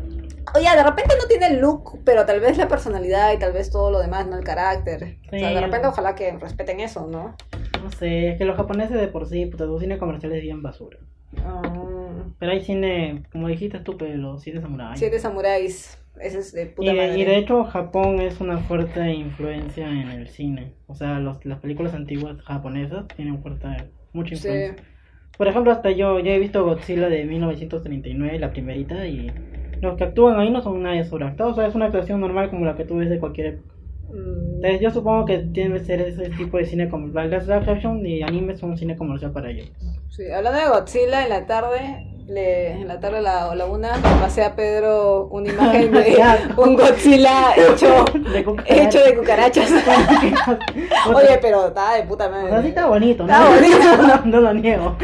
Oye, de repente no tiene el look, pero tal vez la personalidad y tal vez todo lo demás, no el carácter. O sea,
Sí.
de repente ojalá que respeten eso, ¿no?
No sé, es que los japoneses de por sí, pues, puta, su cine comercial es bien basura.
Ah,
Pero hay cine, como dijiste tú, pero los cines samuráis.
siete samuráis, ese es de
Y
puta
de,
madre.
y de hecho Japón es una fuerte influencia en el cine. O sea, los, las películas antiguas japonesas tienen fuerte, mucha influencia.
Sí.
Por ejemplo, hasta yo, yo he visto Godzilla de 1939, la primerita, y los que actúan ahí no son nadie sobreactuados. O sea, es una actuación normal como la que tú ves de cualquier época.
Mm,
Entonces yo supongo que tiene que ser ese tipo de cine como la live action y anime son cine comercial para ellos.
Sí, hablando de Godzilla, en la tarde, le, en la tarde a la, a la una, le pasé a Pedro una imagen de un Godzilla hecho,
De cucaracha.
hecho de cucarachas. Oye, pero estaba de puta
O sea, sí
madre.
está bonito, ¿no?
Está
no, no lo niego.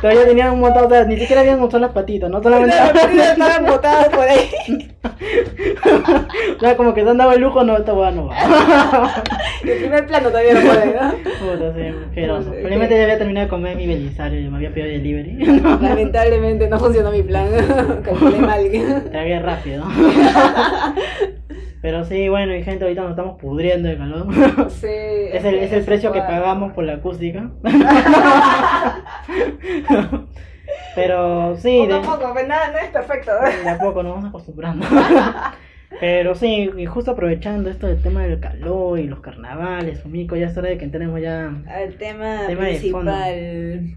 Todavía tenían un montón, o sea, ni siquiera habían usado las patitas, ¿no? Solamente
De repente estaban botadas por ahí.
o sea, como que se han dado el lujo, no, esta hueá no va.
Y El primer plano todavía no puede, ¿no?
Puta, sí, asqueroso.
Sí.
Felizmente ya había terminado de comer mi belisario, me había pedido delivery.
Lamentablemente no funcionó mi plan. Calculé mal.
Te había rápido. Pero sí, bueno, y gente, ahorita nos estamos pudriendo de calor.
Sí,
Es el, es el precio que pagamos por la acústica. Pero sí,
Poco a
de-
poco, pues nada, no es perfecto.
De a poco nos vamos acostumbrando. Pero sí, y justo aprovechando esto del tema del calor y los carnavales, mico, ya es hora de que entremos ya.
Al tema,
Tema de fondo.
principal.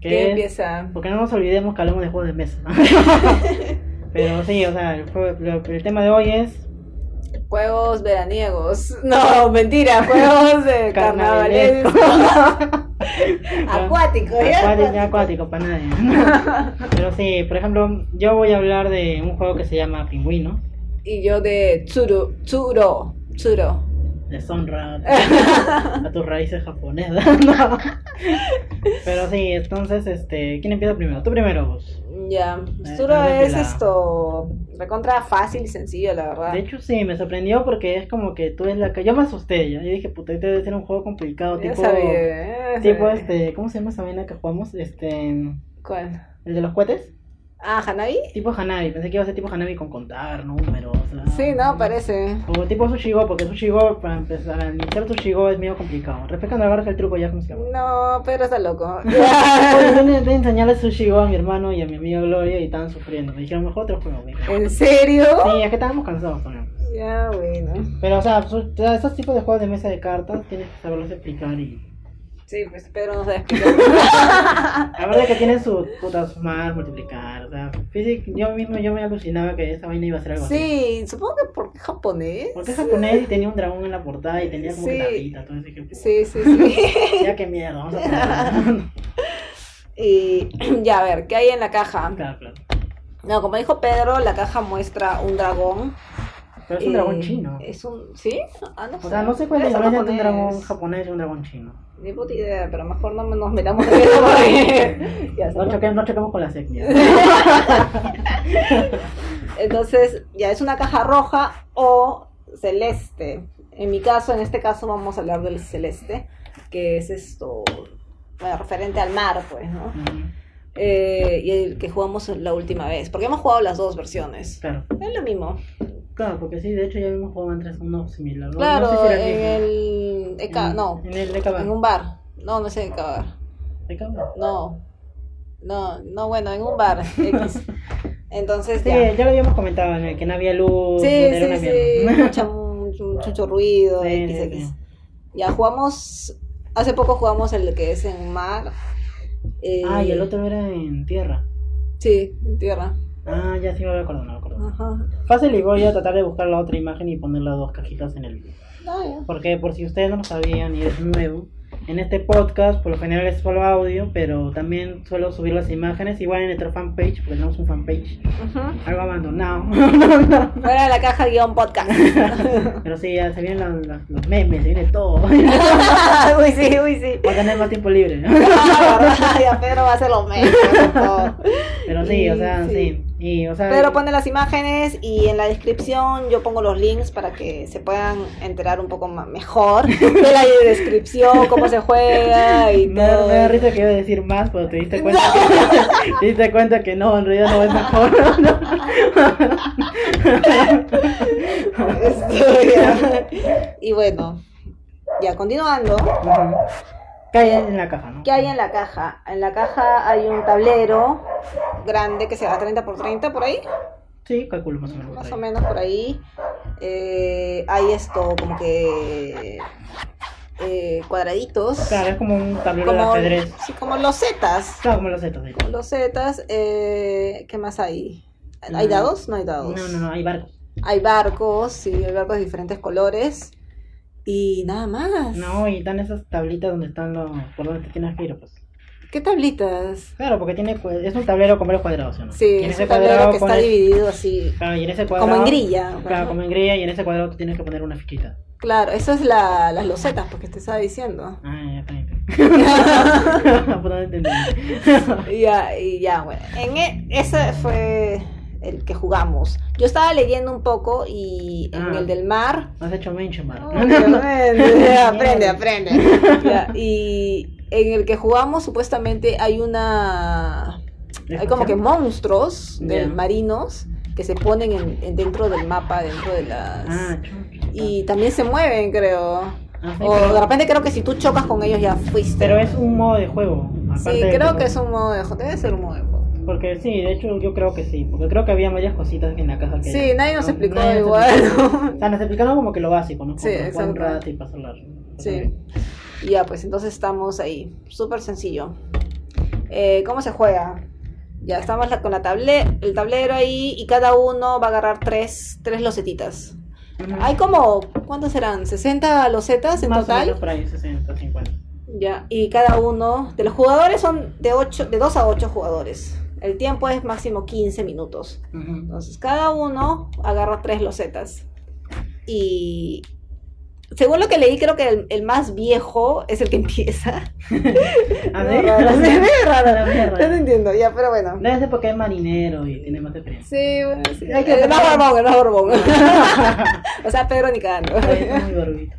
¿Qué
¿Qué
es?
empieza?
Porque no nos olvidemos que hablamos de juegos de mesa. Pero sí, o sea, el, juego- lo- el tema de hoy es
Juegos veraniegos. No, mentira, juegos de carnavales. Acuáticos, ¿ya?
acuático, ya acuático para nadie. Pero sí, por ejemplo, yo voy a hablar de un juego que se llama Pingüino,
Y yo de Tsuro, Tsuro, Tsuro.
deshonra a tus raíces japonesas. ¿no? Pero sí, entonces, este, ¿quién empieza primero? Tú primero, vos.
Ya,
Eh,
Tsuro
ándate
es
la-
esto, recontra fácil y sencillo, la verdad.
De hecho, sí, me sorprendió porque es como que tú ves la ca- Yo me asusté ya. Yo dije, puta, este debe ser un juego complicado.
Ya
Tipo,
sabía, ya
tipo
sabía.
este. ¿Cómo se llama esa vaina que jugamos? Este. El
¿Cuál?
de los cohetes.
Ah, Hanabi.
Tipo Hanabi. Pensé que iba a ser tipo Hanabi con contar números. o sea,
Sí, no, parece.
O tipo Sushigo, porque Sushigo, para empezar, al iniciar Sushigo es medio complicado. Respecto a agarras el truco ya, ¿cómo se llama?
No, Pedro está loco.
Oye, yo intenté enseñarle Sushigo a mi hermano y a mi amigo Gloria y estaban sufriendo. Me dijeron, mejor otro juego, mijo".
¿En serio?
Sí, es que estábamos cansados también.
Ya, bueno.
Pero, o sea, su- o sea, esos tipos de juegos de mesa de cartas tienes que saberlos explicar y...
Sí, pues Pedro no sabe explicar.
La verdad es que tienen sus putas sumar, multiplicar, o sea... físic- yo mismo yo me alucinaba que esa vaina iba a ser algo así.
Sí, supongo que porque es japonés.
Porque es japonés y tenía un dragón en la portada y tenía como que
Sí.
tapita, todo ese que...
Sí, sí, sí.
Ya qué mierda, vamos a ponerlo.
Y ya, a ver, ¿qué hay en la caja?
claro, claro.
No, como dijo Pedro, la caja muestra un dragón.
Pero es un
Eh,
dragón chino.
Es un... ¿Sí? Ah, no
O
sé.
sea, no sé cuál es
Debe
la diferencia
ser
entre un
japonés.
dragón japonés y un dragón chino.
Ni puta idea, pero mejor no nos metamos en eso porque... ya
No
está.
choquemos, no choquemos con las etnias.
Entonces, ya es una caja roja o celeste. En mi caso, en este caso vamos a hablar del celeste, que es esto... Bueno, referente al mar, pues, ¿no?
Mm,
Eh, y el que jugamos la última vez. Porque hemos jugado las dos versiones.
Claro.
Es lo mismo.
Claro, porque sí, de hecho ya vimos juego entre uno similar. ¿no?
Claro,
no sé si era
en
mismo.
el. Eka-
En-
no,
En el de Cabal.
en un bar. No, no sé en qué bar.
¿De Cabal?
No. No, no, bueno, en un bar. X. Entonces,
Sí,
ya.
ya lo habíamos comentado en el que no había luz, no
Sí, sí,
era una
sí.
mierda.
Mucha, mucho, mucho ruido.
Sí,
X,
sí,
X.
sí.
Ya jugamos. Hace poco jugamos el que es en mar. eh,
Ah, y el otro era en tierra.
Sí, en tierra.
Ah, ya sí me acuerdo, no me acuerdo.
Ajá.
Fácil y voy a tratar de buscar la otra imagen y poner las dos cajitas en el video.
Ah, ya.
Porque por si ustedes no lo sabían y es nuevo, en este podcast, por lo general es solo audio, pero también suelo subir las imágenes, igual en nuestra fanpage, porque tenemos un fanpage,
Ujú.
algo abandonado. No, no.
Fuera de la caja guión podcast.
Pero sí, ya se vienen los, los- los memes, se viene todo.
uy, sí, uy, sí.
Voy a tener más tiempo libre. ¿no?
Ay, a Ah, Pedro va a hacer los memes. por favor.
Pero sí, o sea,
Y
sí. Y, o sea,
Pedro pone las imágenes y en la descripción yo pongo los links para que se puedan enterar un poco ma- mejor de la descripción, cómo se juega y
me, da-
todo.
me da risa que iba a decir más, pero te diste cuenta, que, te diste cuenta que no, en realidad no es mejor. ¿no?
Estoy- Este, y bueno, ya continuando.
Ajá. Cae en la caja, ¿no?
¿Qué hay en la caja? En la caja hay un tablero grande que será 30 por 30 por ahí,
Sí, calculo más o menos.
más
ahí.
o menos por ahí. Eh, hay esto como que eh, cuadraditos,
Claro, es como un tablero
como,
de ajedrez.
sí, como losetas.
Claro, como los zetas. ahí.
Como Losetas, eh, ¿qué más hay? ¿Hay
Mm.
dados? No hay
No,
dados.
no, no, hay barcos.
Hay barcos, sí, hay barcos de diferentes colores. Y nada más.
No, y están esas tablitas donde están los. por donde te tienes que ir, pues.
¿Qué tablitas?
Claro, porque tiene cua- es un tablero con varios cuadrados, ¿sí o ¿no?
Sí,
Y en
es
ese
un tablero
cuadrado
que está
pones-
dividido así.
Claro, y en ese cuadrado.
Como en grilla.
Claro, como en grilla, y en ese cuadrado tú tienes que poner una fichita.
Claro, eso es la, las losetas, porque te estaba diciendo.
Ah, ya está. bien. Por no entendí.
Y ya, y ya, bueno. En e- ese fue el que jugamos. Yo estaba leyendo un poco y en
Ah.
el del mar.
No has hecho mention, Marco.
Obviamente, aprende, aprende. Ya, y en el que jugamos supuestamente hay una... Hay como que monstruos de
Ya.
marinos que se ponen en- en dentro del mapa, dentro de las...
Ah, chucha.
Y también se mueven, creo.
Ah, sí,
O
pero-
de repente creo que si tú chocas con ellos ya fuiste.
Pero es un modo de juego. aparte
sí,
de
creo
todo.
que es un modo de juego. Debe ser un modo de juego.
Porque sí, de hecho yo creo que sí. Porque creo que había varias cositas en la caja que.
Sí, nadie nos explicó
nadie nos
igual.
explicó. O sea, nos explicaron como que lo básico, ¿no? Como
Sí,
que jugar
exacto.
un rato y pasarla.
Sí. Y Ya, pues entonces estamos ahí. Súper sencillo. Eh, ¿Cómo se juega? Ya estamos la- con la table el tablero ahí y cada uno va a agarrar tres, tres losetitas.
Ujú.
Hay como, ¿cuántos serán? ¿60 losetas en
Más o
total?
menos por ahí, 60, 50.
Ya, y cada uno de los jugadores son de ocho de 2 a 8 jugadores. El tiempo es máximo 15 minutos.
Ujú.
Entonces, cada uno agarra tres losetas. Y según lo que leí, creo que el, el más viejo es el que empieza.
A
No,
ver,
raro, sí,
a ver.
es raro.
A ver,
Yo no
raro.
entiendo, ya, pero bueno.
Debe ser porque es marinero y tiene más experiencia.
Sí, bueno, sí.
Hay que-
Eh, No, Borbón, no, Borbón. o sea, Pedro ni cagando.
Ay, está muy gordito.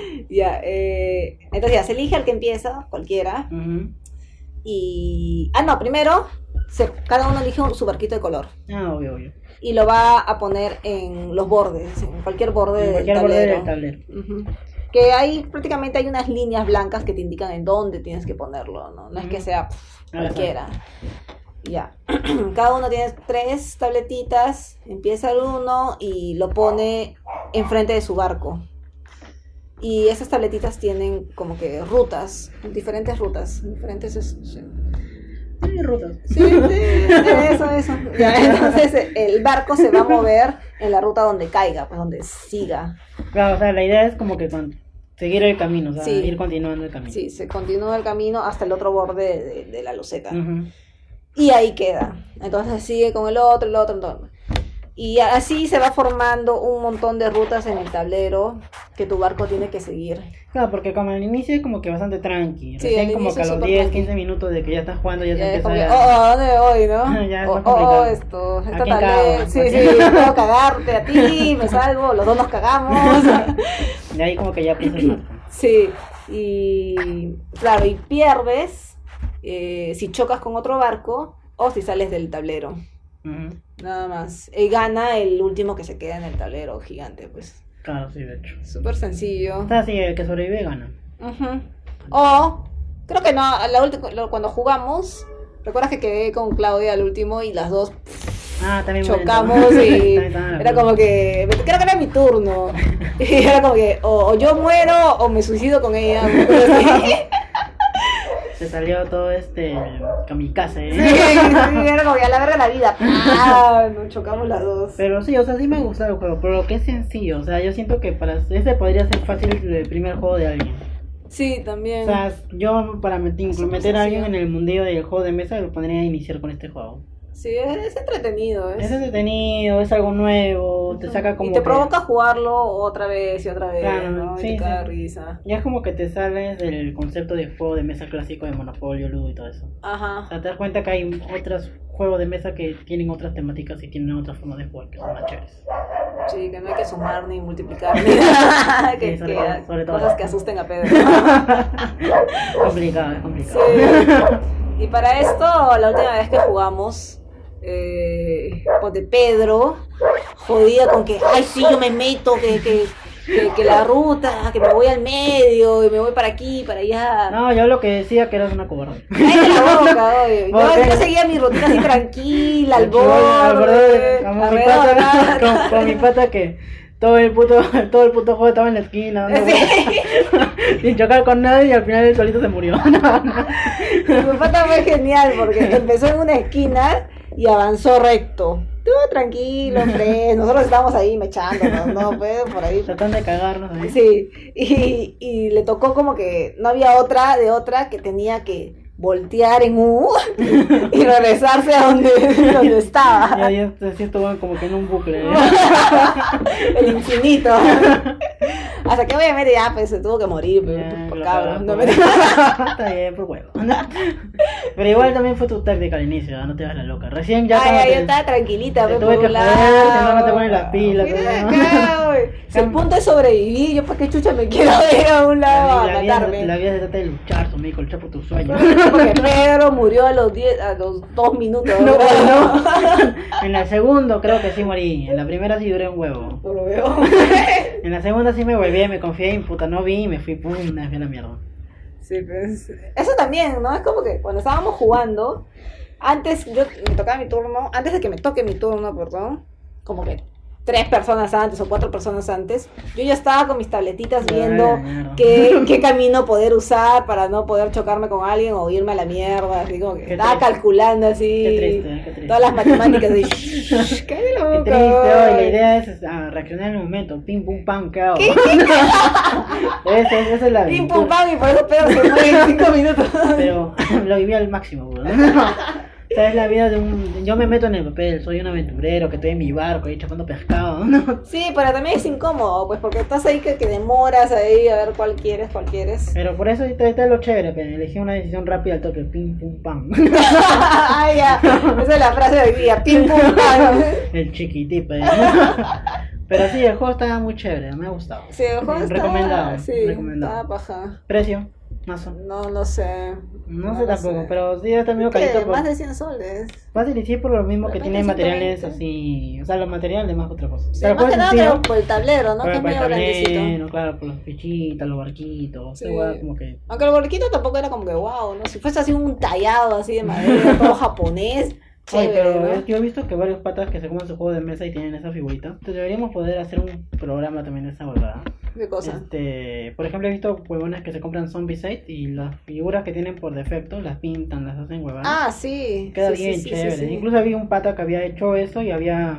ya, eh, entonces ya, se elige al que empieza, cualquiera.
Ujú.
Y. Ah, no, primero se- cada uno elige un- su barquito de color
Ah, obvio, obvio. y
y lo va a poner en los bordes, en cualquier borde del
cualquier borde
tablero.
del tablero.
Ujú. Que ahí prácticamente hay unas líneas blancas que te indican en dónde tienes que ponerlo, ¿no? No es que
Ujú.
sea pff,
Al azar.
cualquiera. Ya. Cada uno tiene tres tabletitas, empieza el uno y lo pone enfrente de su barco. Y esas tabletitas tienen como que rutas, diferentes rutas, diferentes es-
Sí, rutas.
Sí, sí, eso, eso. Ya, entonces eh, el barco se va a mover en la ruta donde caiga, pues donde siga.
Claro, o sea, la idea es como que con- seguir el camino, o sea,
Sí.
ir continuando el camino.
Sí, se continúa el camino hasta el otro borde de, de la loseta.
Ujú.
Y ahí queda. Entonces sigue con el otro, el otro, el otro. Y así se va formando un montón de rutas en el tablero que tu barco tiene que seguir.
Claro, porque como al inicio es como que bastante tranqui.
Sí,
Recién
al
como
inicio
que a
es
los
súper
10,
tranqui.
15 minutos de que ya estás jugando ya
Ya
te
es como que,
empieza
oh,
a...
oh, ¿a dónde voy, no?
Ya es
oh,
más
oh,
complicado.
esto, esta
Aquí cago,
tablero. Sí,
aquí.
sí, puedo cagarte a ti, me salvo, los dos nos cagamos. oh.
De ahí como que ya piensas más.
Sí, y claro, y pierdes eh, si chocas con otro barco o si sales del tablero,
Ujú.
nada más. Y gana el último que se queda en el tablero gigante, pues.
Claro, sí, de hecho.
Súper sencillo.
O sea, sí, el que sobrevive gana.
Ujú. O, creo que no, a la ulti- lo- cuando jugamos, recuerdas que quedé con Claudia al último y las dos
Ah, también bueno,
chocamos
entonces.
y
También estaban a la
era
cruz.
como que creo que era mi turno y era como que o, o yo muero o me suicido con ella una cosa así.
Se salió todo este... kamikaze. ¿eh?
Sí, sí, era como que a la verga la vida. Ah, nos chocamos las dos.
Pero sí, o sea, sí me gusta este el juego, pero lo que es sencillo, o sea, yo siento que para ese podría ser fácil el primer juego de alguien.
Sí,
O
también.
sea, yo para met- meter a alguien
presencia.
en el mundillo del juego de mesa lo pondría a iniciar con este juego.
sí, es, es entretenido. Es,
Es entretenido, es algo nuevo, te saca como
Pues y te
que-
provoca jugarlo otra vez y otra vez,
Claro,
¿no? Y
sí,
te caga
sí.
risa.
Ya es como que te sales del concepto de juego de mesa clásico de Monopolio, Ludo y todo eso. O
Ajá.
sea, te das cuenta que hay otros juegos de mesa que tienen otras temáticas y tienen otras formas de jugar que son más chéveres.
Sí, que no hay que sumar ni multiplicar ni nada. que,
Sí, sobre
que-
todo, sobre todo.
Cosas que asusten a Pedro.
complicado, es complicado.
Sí. Y para esto, la última vez que jugamos, eh, pues de Pedro, jodía con que, ay, sí, yo me meto, que, que, que, que la ruta, que me voy al medio, y me voy para aquí, para allá.
No, yo lo que decía que eras una cobarde.
Cállate la boca, oye.
Ok.
Yo, yo seguía mi rutina así tranquila, al
Yo, al borde,
borde, eh,
como mi
alrededor,
pata,
nada.
con, con mi pata que todo el puto, todo el puto juego estaba en la esquina, dando vueltas,
Sí,
sin chocar con nadie y al final él solito se murió. No, no.
mi pata fue genial porque empezó en una esquina y avanzó recto. Tú tranquilo, hombre. Nosotros estábamos ahí mechándonos, ¿no? Pues, por ahí.
Tratando de cagarnos ahí.
Sí, y, y le tocó como que no había otra de otra que tenía que voltear en U y regresarse a donde, donde
Y
estaba,
ahí es- así estuvo como que en un bucle. ¿eh?
el infinito. Hasta que obviamente ya pues, se tuvo que morir, pues,
Ya,
por
lo
cabrón. No
cagaste.
me...
Está bien, por huevo. Pero igual también fue tu táctica al inicio, ¿ah? no te hagas la loca. Recién ya
Ay,
cuando
ay,
te-
yo estaba tranquilita,
te
pues,
tuve
por
que
un
joder,
lado.
si no, no te ponen las pilas,
Mira
pues, ¿no?
acá, güey. Si el punto es sobrevivir, yo para qué chucha me quiero ir a un lado
la,
a
la vida,
matarme.
la vida se trata de luchar, su mico, luchar por tus sueños.
Porque Pedro murió a los 10, a los 2 minutos.
No,
¿verdad?
no. En la segunda creo que sí morí. En la primera sí duré un huevo.
Por lo veo.
En la segunda sí me volví, me confié y puta no vi y me fui, pum, me fui a la mierda.
Sí, pues. Eso también, ¿no? Es como que cuando estábamos jugando, antes yo me tocaba mi turno, antes de que me toque mi turno, perdón, como que tres personas antes o cuatro personas antes, yo ya estaba con mis tabletitas
Ay,
viendo
la mierda.
qué, qué camino poder usar para no poder chocarme con alguien o irme a la mierda, así como que
Qué
estaba
triste.
calculando así
Qué triste, qué triste.
todas las matemáticas de shh, cállate la
Qué
boca,
triste, oye, la
oye.
idea es ah, reaccionar en el momento, pim pum pam, ¿qué hago?
¿Qué?
Esa, esa es la
Pim
aventura.
pum pam y por eso Pedro se muere en cinco minutos.
pero lo viví al máximo, boludo. O sea, es la vida de un... Yo me meto en el papel, soy un aventurero que estoy en mi barco ahí chapando pescado, ¿no?
Sí, pero también es incómodo, pues porque estás ahí que, que demoras ahí a ver cuál quieres, cuál quieres.
Pero por eso está, está lo chévere, pero elegí una decisión rápida al toque, pim, pum, pam.
Ay, ya. Esa es la frase de hoy día, pim pum pam.
El chiquitipe. Pero sí, el juego está muy chévere, me ha gustado.
Sí, el juego está-
Recomendado,
Sí,
recomendado.
está paja.
Precio, mazo.
No lo sé.
No,
Ah, No
sé
lo
tampoco,
sé.
pero sí, está medio
Creo que
carito. Por...
Más de 100 soles.
pues. Fácil y sí, por lo mismo
De
que
repente
tiene materiales
120.
así. O sea, los materiales más que otra cosa.
Sí,
Pero
más
fue
que nada
sencillo.
pero por el tablero, ¿no?
Por
Que
el
es medio grandecito.
tablero, claro, por las fichitas, los barquitos,
Sí.
esa hueá como que...
Aunque el borquito tampoco era como que wow, ¿no? Si fuese así un tallado así de madera, todo japonés,
Oye,
chévere,
pero ¿eh?
¿no?
es- yo he visto que varios patas que se comen su juego de mesa y tienen esa figurita. Entonces deberíamos poder hacer un programa también de esa huevada.
Qué cosa.
Este, por ejemplo, he visto huevones que se compran Zombie Site y las figuras que tienen por defecto las pintan, las hacen huevadas.
Ah, sí.
Queda
sí, sí,
bien
sí, sí,
chévere. ¿eh?
sí.
Incluso había un pata que había hecho eso y había,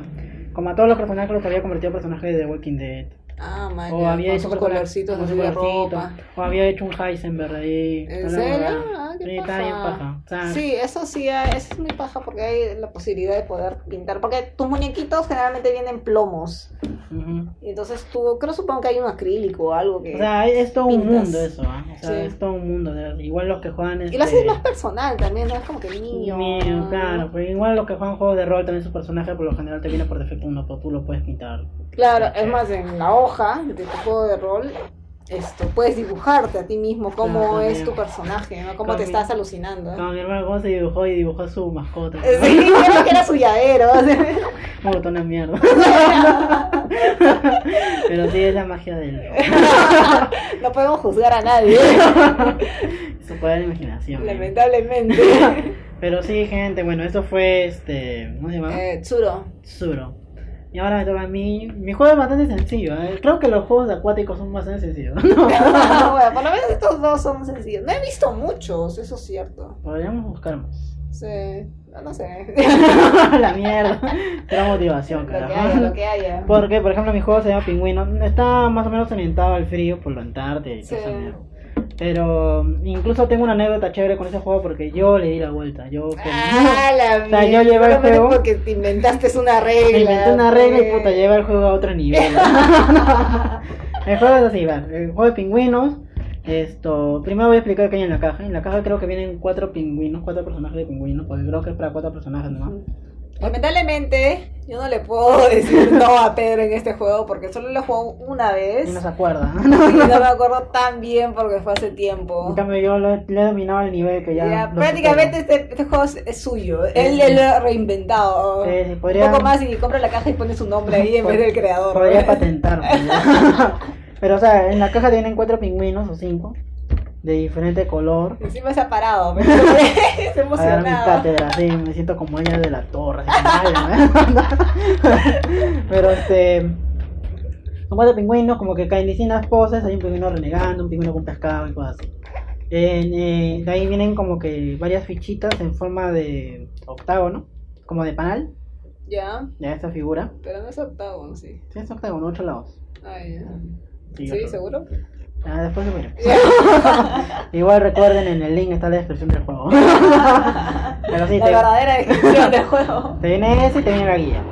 como a todos los personajes, los había convertido en personajes de The Walking Dead.
Ah, man,
O había
con
hecho
sus
persona-
colorcitos
con
así
su
de
colorcito.
ropa.
O había hecho un Heisenberg ahí.
¿En
una
serio?
huevada.
Ah, qué
sí, está bien
paja.
paja. O sea,
Sí, eso sí, ah, eso es muy paja porque hay la posibilidad de poder pintar. Porque tus muñequitos generalmente vienen plomos.
ujú.
Y entonces tú, creo, supongo que hay un acrílico o algo que.
O sea, es es todo un
Eh, Pintas.
mundo eso, ¿ah? O sea,
Sí.
es todo un mundo. de- Igual los que juegan...
y lo haces
este,
más personal también, ¿no? Es como que niño.
mío, claro, pero igual los que juegan juegos de rol también su personaje por lo general te viene por defecto uno, pero tú lo puedes pintar.
Claro, es más, en la hoja de tu juego de rol. Esto, puedes dibujarte a ti mismo cómo
Claro,
es
también.
tu personaje, ¿no? Cómo
Con
te
mi-
estás alucinando.
Como mi hermano cómo se dibujó y dibujó a su mascota.
Sí, creo que era su llavero.
Me botó una mierda. pero sí es la magia del
No podemos juzgar a nadie,
su poder de imaginación. ¿eh?
lamentablemente.
Pero sí, gente, bueno, eso fue este, ¿cómo se llama?
Eh, Tsuro.
Zuro. Y ahora me toca a mí. Mi juego es bastante sencillo, ¿eh? Creo que los juegos acuáticos son bastante sencillos.
bueno, por lo menos estos dos son sencillos. No he visto muchos, eso es cierto.
Podríamos buscar más.
Sí, no, no sé.
la mierda. Era motivación,
lo que
carajo.
haya, lo que haya.
Porque, por ejemplo, mi juego se llama Pingüino. Está más o menos orientado al frío por lo Antártida y todo
Sí.
esa mierda. Pero incluso tengo una anécdota chévere con ese juego porque yo le di la vuelta. Yo con-
Ah, la
O sea, yo
mierda,
llevé el
solamente
juego.
porque te inventaste una regla.
me inventé una regla y
pues.
puta, lleva el juego a otro nivel. el juego es así, va. El juego de pingüinos. Esto, primero voy a explicar qué hay en la caja. En la caja creo que vienen cuatro pingüinos, cuatro personajes de pingüinos, porque creo que es para cuatro personajes nomás.
Lamentablemente, yo no le puedo decir no a Pedro en este juego porque solo lo jugó una vez.
Y no se
Y
acuerda.
no me acuerdo tan bien porque fue hace tiempo.
En cambio, yo lo he- le he dominado al nivel que ya.
Ya,
lo
prácticamente este, este juego es, es suyo. Él
Sí.
él lo ha reinventado.
Sí, sí,
Un
podría-
poco más y compra la caja y pone su nombre ahí en
Pod-
vez del creador.
Podría patentarlo. ¿no? Pero, o sea, en la caja tienen cuatro pingüinos o cinco de diferente color.
Encima se ha parado. me- Se
A
ha
dar mi
emocionado.
cátedra, sí, me siento como ella de la torre. así, madre, ¿no? Pero este. Son cuatro pingüinos, como que caen distintas poses. Hay un pingüino renegando, un pingüino con pescado y cosas así. En, eh, de ahí vienen como que varias fichitas en forma de octágono, como de panal,
Ya,
ya esta figura.
pero no es octavo, sí.
Sí, es octágono, ocho lados.
Ah, ya.
Sí,
Sí,
ocho.
seguro.
Ah, después lo miro. Igual recuerden, en el link está la descripción del juego. Pero sí,
La
te,
verdadera descripción del juego.
te viene eso y te viene la guía.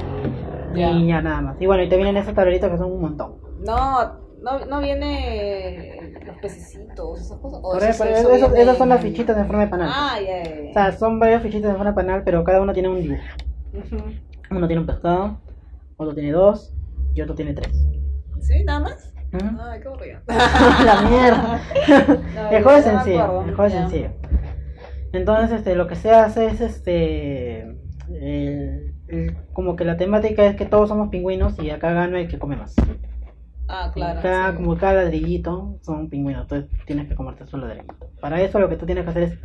Ya.
Y ya nada más. Y bueno, y te vienen esos tableritos que son un montón.
No, no, no viene los pececitos, esas cosas. O
Por eso-
eso- Oh, eso
esos-
viene
esas son las
en-
fichitas en forma de panal.
Ah, ya, ya,
O
ya.
sea, son varias fichitas en forma de panal, pero cada uno tiene un dibujo.
Ujú.
Uno tiene un pescado, otro tiene dos y otro tiene tres.
¿Sí? ¿Nada más?
Ujú.
Ay, qué aburrido.
la mierda.
No,
el juego es
ya me
sencillo.
acuerdo,
El juego es
ya.
sencillo. Entonces, este, lo que se hace es este. el- el- como que la temática es que todos somos pingüinos y acá gana el que come más.
Ah,
Y
claro.
cada,
sí.
Como cada ladrillito son pingüinos, entonces tienes que comerte solo ladrillito. Para eso lo que tú tienes que hacer es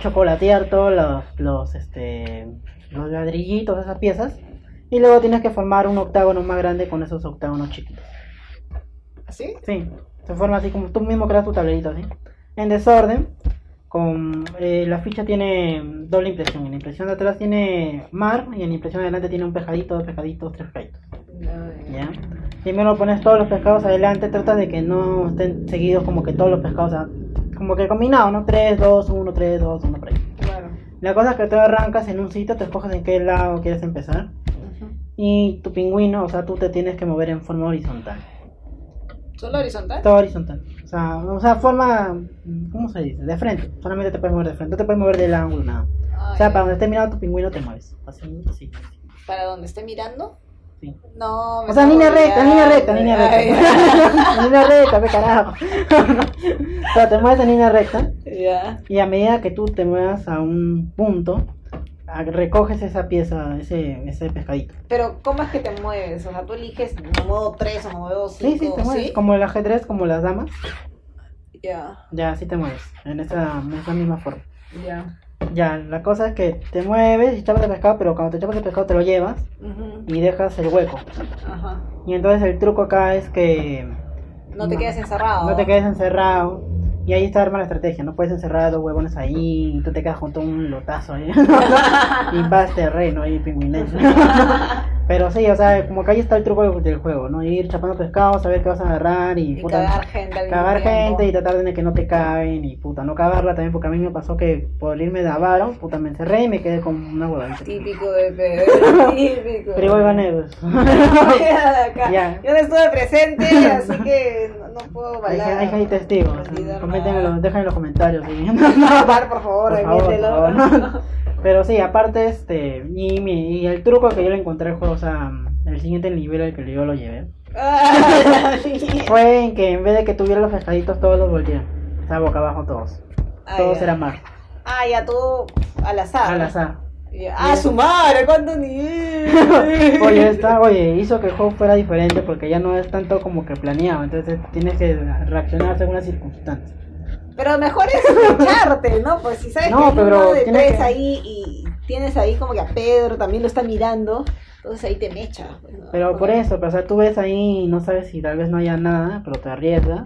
chocolatear todos los, los, este, los ladrillitos, esas piezas, y luego tienes que formar un octágono más grande con esos octágonos chiquitos.
¿Así?
Sí, se forma así como tú mismo creas tu tablerito, ¿sí? En desorden, con eh, la ficha tiene doble impresión. En la impresión de atrás tiene mar y en la impresión de adelante tiene un pescadito, dos pescaditos, tres pescaditos.
Ah,
¿Ya? Primero pones todos los pescados adelante, tratas de que no estén seguidos como que todos los pescados, o sea, como que combinado, ¿no? 3, 2, 1, 3, 2, 1, por ahí.
Claro.
La cosa es que tú arrancas en un sitio, te escoges en qué lado quieres empezar y tu pingüino, o sea, tú te tienes que mover en forma horizontal.
¿Solo horizontal?
Todo horizontal. O sea, o sea, forma, ¿cómo se dice? De frente. Solamente te puedes mover de frente, no te puedes mover del ángulo, nada.
Ah,
O sea,
ya.
para donde esté mirado tu pingüino te mueves. Así, así, así.
¿Para donde esté mirando?
Sí.
No, me
O sea,
está
línea recta, línea recta, línea
aburriendo.
recta. línea recta, pe carajo. o sea, te mueves en línea recta
Ay, Ya.
y a medida que tú te muevas a un punto, a- recoges esa pieza, ese, ese pescadito.
Pero, ¿cómo es que te mueves? O sea, tú eliges, me muevo tres o me muevo cinco.
Sí, sí, te mueves. Como el ajedrez, como las damas,
Ya,
ya así te mueves, en esa, en esa misma forma.
ya.
Ya, la cosa es que te mueves y chapas el pescado, pero cuando te chapas el pescado te lo llevas
Ujú.
y dejas el hueco.
Ajá.
Y entonces el truco acá es que
No te
No.
quedes encerrado.
No te quedes encerrado. Y ahí está arma la estrategia. No puedes encerrar a dos huevones ahí. Y tú te quedas junto a un lotazo ahí. y vas terreno ahí, pingüinense. Pero sí, o sea, como que ahí está el truco del- del juego, ¿no? Ir chapando pescado, saber qué vas a agarrar y,
Y
puta,
cagar gente al mismo
cagar
tiempo.
gente y tratar de que no te caen y puta, no cagarla también. Porque a mí me pasó que por irme de avaro, puta, me encerré y me quedé con una huevadita.
Típico de Pedro. Típico.
Pero igual gané, pues.
Acá.
Ya.
Yo no estuve presente, así que no, no puedo
Hay,
bailar.
hay- hay testigos. o sea,
Olvidar
coméntenlo,
nada.
dejen en los comentarios. ¿sí?
Par, por favor,
Por favor,
admítelo.
por favor. Pero sí, aparte, este, y, mi- y el truco que yo le encontré al juego, o sea, el siguiente nivel al que yo lo llevé,
Ah, sí.
fue en que en vez de que tuviera los pescaditos, todos los voltean. O sea, boca abajo todos.
Ah,
todos
ya.
eran mar,
Ah, ya tú al azar.
al azar.
Ya. Ah, su madre, ¿cuántos niveles?
oye, está, oye, hizo que el juego fuera diferente porque ya no es tanto como que planeado, entonces tienes que reaccionar según las circunstancias.
Pero mejor es escucharte, ¿no? Pues si sabes
No,
que hay
pero
uno de
tiene
tres
que-
ahí y tienes ahí como que a Pedro también lo está mirando, entonces ahí te mecha. pues, ¿no?
Pero por
Porque-
eso, pero, o sea, tú ves ahí y no sabes si tal vez no haya nada, pero te arriesgas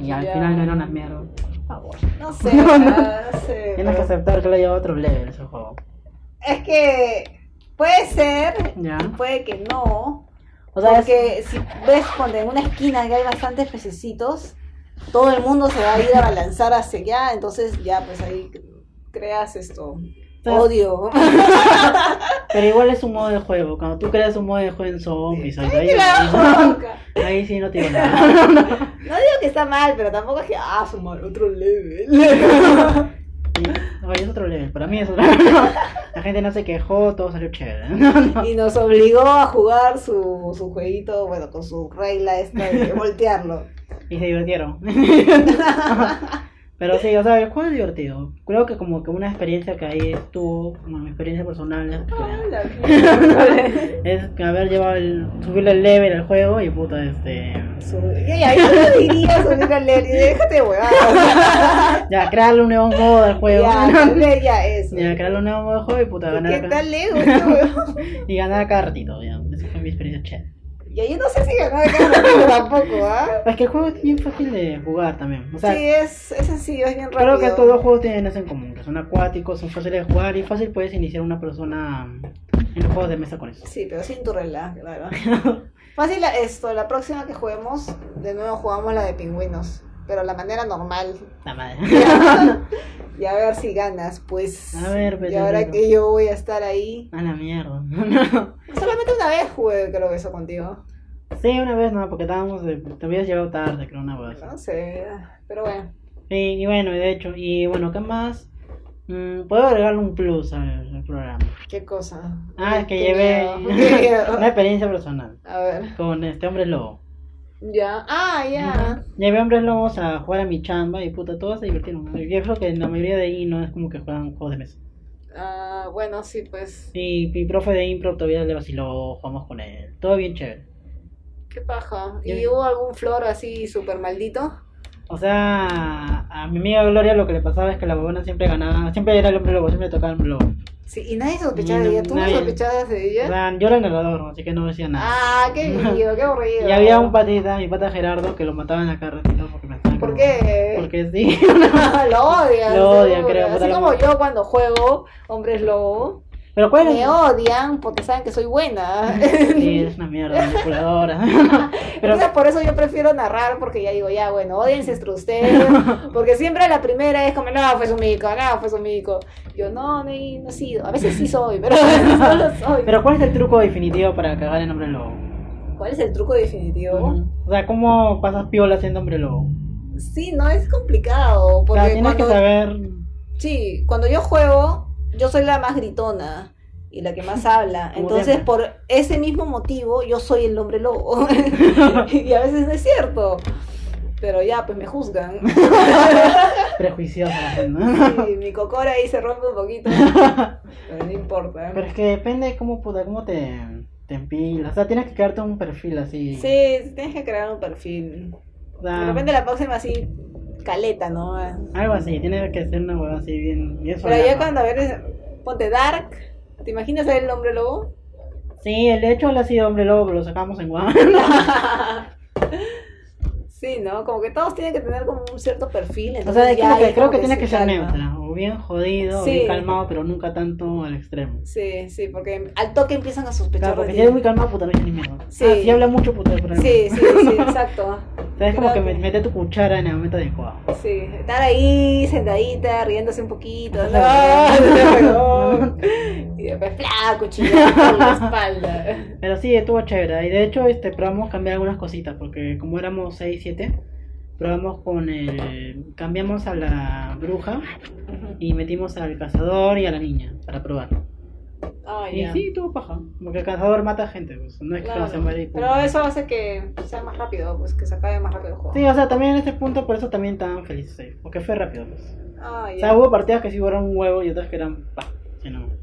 y al
Ya.
final no era una mierda. Ah, bueno.
No sé,
No,
no,
no.
sé.
Tienes que
pero-
aceptar que lo lleva a otro level ese juego.
Es que puede ser,
Ya.
y puede que no.
O sea, es-
porque si ves ponte, en una esquina que hay bastantes pececitos, todo el mundo se va a ir a balanzar hacia allá, entonces ya pues ahí creas esto. Odio.
Pero igual es un modo de juego. Cuando tú creas un modo de juego en zombies, ahí, ahí,
Claro.
ahí sí no tiene nada.
No digo que está mal, pero tampoco es que, ah, sumar otro level.
Sí. Oye, es otro nivel. Para mí es otro nivel. La gente no se quejó, todo salió chévere.
Y nos obligó a jugar su, su jueguito, bueno, con su regla esta de voltearlo.
Y se divirtieron. Pero sí, o sea, el juego es divertido. Creo que como que una experiencia que ahí estuvo, como mi experiencia personal, es que- es que haber llevado el, subirle el level al juego y puta, este...
Su- Ya, ya, yo no diría subir al level, y déjate de huevadas.
Ya, crearle un nuevo modo al juego.
Ya, dale, ya, eso.
Ya, crearle un nuevo modo al juego y puta, ganar
¿Qué
acá.
tal Lego este huevón?
Y ganar cada ratito, ya. Esa fue mi experiencia chévere.
Ya, yo no sé si ganó de cara, pero tampoco, ¿ah?
Es que el juego es bien fácil de jugar también. O sea,
Sí, es, es sencillo, es bien rápido.
Creo que estos dos juegos tienen eso en común, que son acuáticos, son fáciles de jugar y fácil puedes iniciar una persona en los juegos de mesa con eso.
Sí, pero sin tu regla, claro. Fácil la- esto, la próxima que juguemos, de nuevo jugamos la de pingüinos, pero la manera normal.
La madre.
y a ver si ganas, pues.
A ver,
Y
pero-
ahora que yo voy a estar ahí.
A la mierda.
Solamente una vez jugué, creo que eso contigo.
sí, una vez no, porque estábamos, de- te habías llegado tarde, creo, una vez.
No sé, pero bueno.
Sí, y bueno, y de hecho, y bueno, ¿qué más? Mm, Puedo agregarle un plus al, al programa.
¿Qué cosa?
Ah, es que
Qué
llevé
miedo, qué miedo.
una experiencia personal
A ver.
con este hombre lobo.
Ya. Ah, ya.
Llevé hombres lobos a jugar a mi chamba y puta, todos se divirtieron. Yo creo que la mayoría de ahí no es como que juegan juegos de mesa.
Ah, bueno, sí, pues.
Y mi profe de impro todavía le vaciló, jugamos con él. Todo bien chévere.
Qué paja. ¿Y
Ya.
hubo algún flor así súper maldito?
O sea, a mi amiga Gloria lo que le pasaba es que la huevona siempre ganaba, siempre era el hombre lobo, siempre le tocaba el hombre lobo.
Sí, y nadie sospechaba de
No,
ella. ¿Tú no
Mm, nadie.
sospechabas de
O
ella?
sea, yo era el narrador, así que no decía nada.
Ah, qué vivido, qué aburrido.
y había un patita, mi pata Gerardo, que lo mataban acá ratito porque me estaban
¿Por qué?
Porque sí.
lo odian.
Lo odian,
seguro.
creo, puta
Así
la
como
madre.
yo cuando juego Hombres Lobo,
Pero ¿cuál
me
es?
odian porque saben que soy buena.
Sí, es una mierda, manipuladora. Pero
Entonces, por eso yo prefiero narrar, porque ya digo, ya, bueno, odiense entre ustedes. Porque siempre la primera es como, no, fue su mico, no, fue su mico. Yo, no, no he, no he sido. A veces sí soy, pero a veces no lo soy.
Pero ¿cuál es el truco definitivo para cagar en hombre lobo?
¿Cuál es el truco definitivo?
O sea, ¿cómo pasas piola siendo hombre lobo?
Sí, no es complicado.
O
Porque
sea, tienes que
cuando-
saber
Sí, cuando yo juego, yo soy la más gritona y la que más habla.
Como
Entonces,
siempre.
por ese mismo motivo, yo soy el hombre lobo. y a veces no es cierto. Pero ya, pues me juzgan.
prejuiciosa la gente, ¿no?
Y mi cocora ahí se rompe un poquito. Pero no importa. ¿eh?
Pero es que depende de cómo, puta, cómo te, te empilas. O sea, tienes que crearte un perfil así.
Sí, sí, tienes que crear un perfil.
O
De
sea,
repente la próxima así, caleta, ¿no?
Algo así, tienes que hacer una hueá así bien. bien
Pero ya
solapa.
cuando ves, ponte dark. ¿Te imaginas ser el hombre lobo?
Sí, el hecho él ha sido hombre lobo, pero lo sacamos en guano.
Sí, ¿no? Como que todos tienen que tener como un cierto perfil.
O sea,
Entonces
es
ya
como que
ahí
creo
como
que tienes
se
que ser
calma.
neutra. O bien jodido, o
Sí.
bien calmado, pero nunca tanto al extremo.
Sí, sí, porque al toque empiezan a sospechar
Claro, porque si
de
eres
ti.
muy calmado, puta, no es ni mierda.
Sí.
Ah, si habla mucho, puta, pero.
Sí, sí, sí, exacto.
O sea, es como que
Creo
me-
que-
mete tu cuchara en el momento adecuado.
Sí, estar ahí sentadita, riéndose un poquito. No,
Perdón.
Y después, ¡plá! Cuchillado por la espalda.
Pero sí, estuvo chévere. Y de hecho, este, probamos cambiar algunas cositas, porque como éramos 6, 7, probamos con el... Cambiamos a la bruja y metimos al cazador y a la niña para probar.
Ah,
y
ya.
sí, tuvo paja. Porque el cazador mata gente, pues, no es que
Claro.
se muere y punto.
Pero eso hace que sea más rápido, pues que se acabe más rápido el juego.
Sí, o sea, también en este punto por eso también estaban felices ahí, porque fue rápido. Pues.
Ah, ya.
O sea, hubo partidas que sí fueron un huevo y otras que eran pa, si no.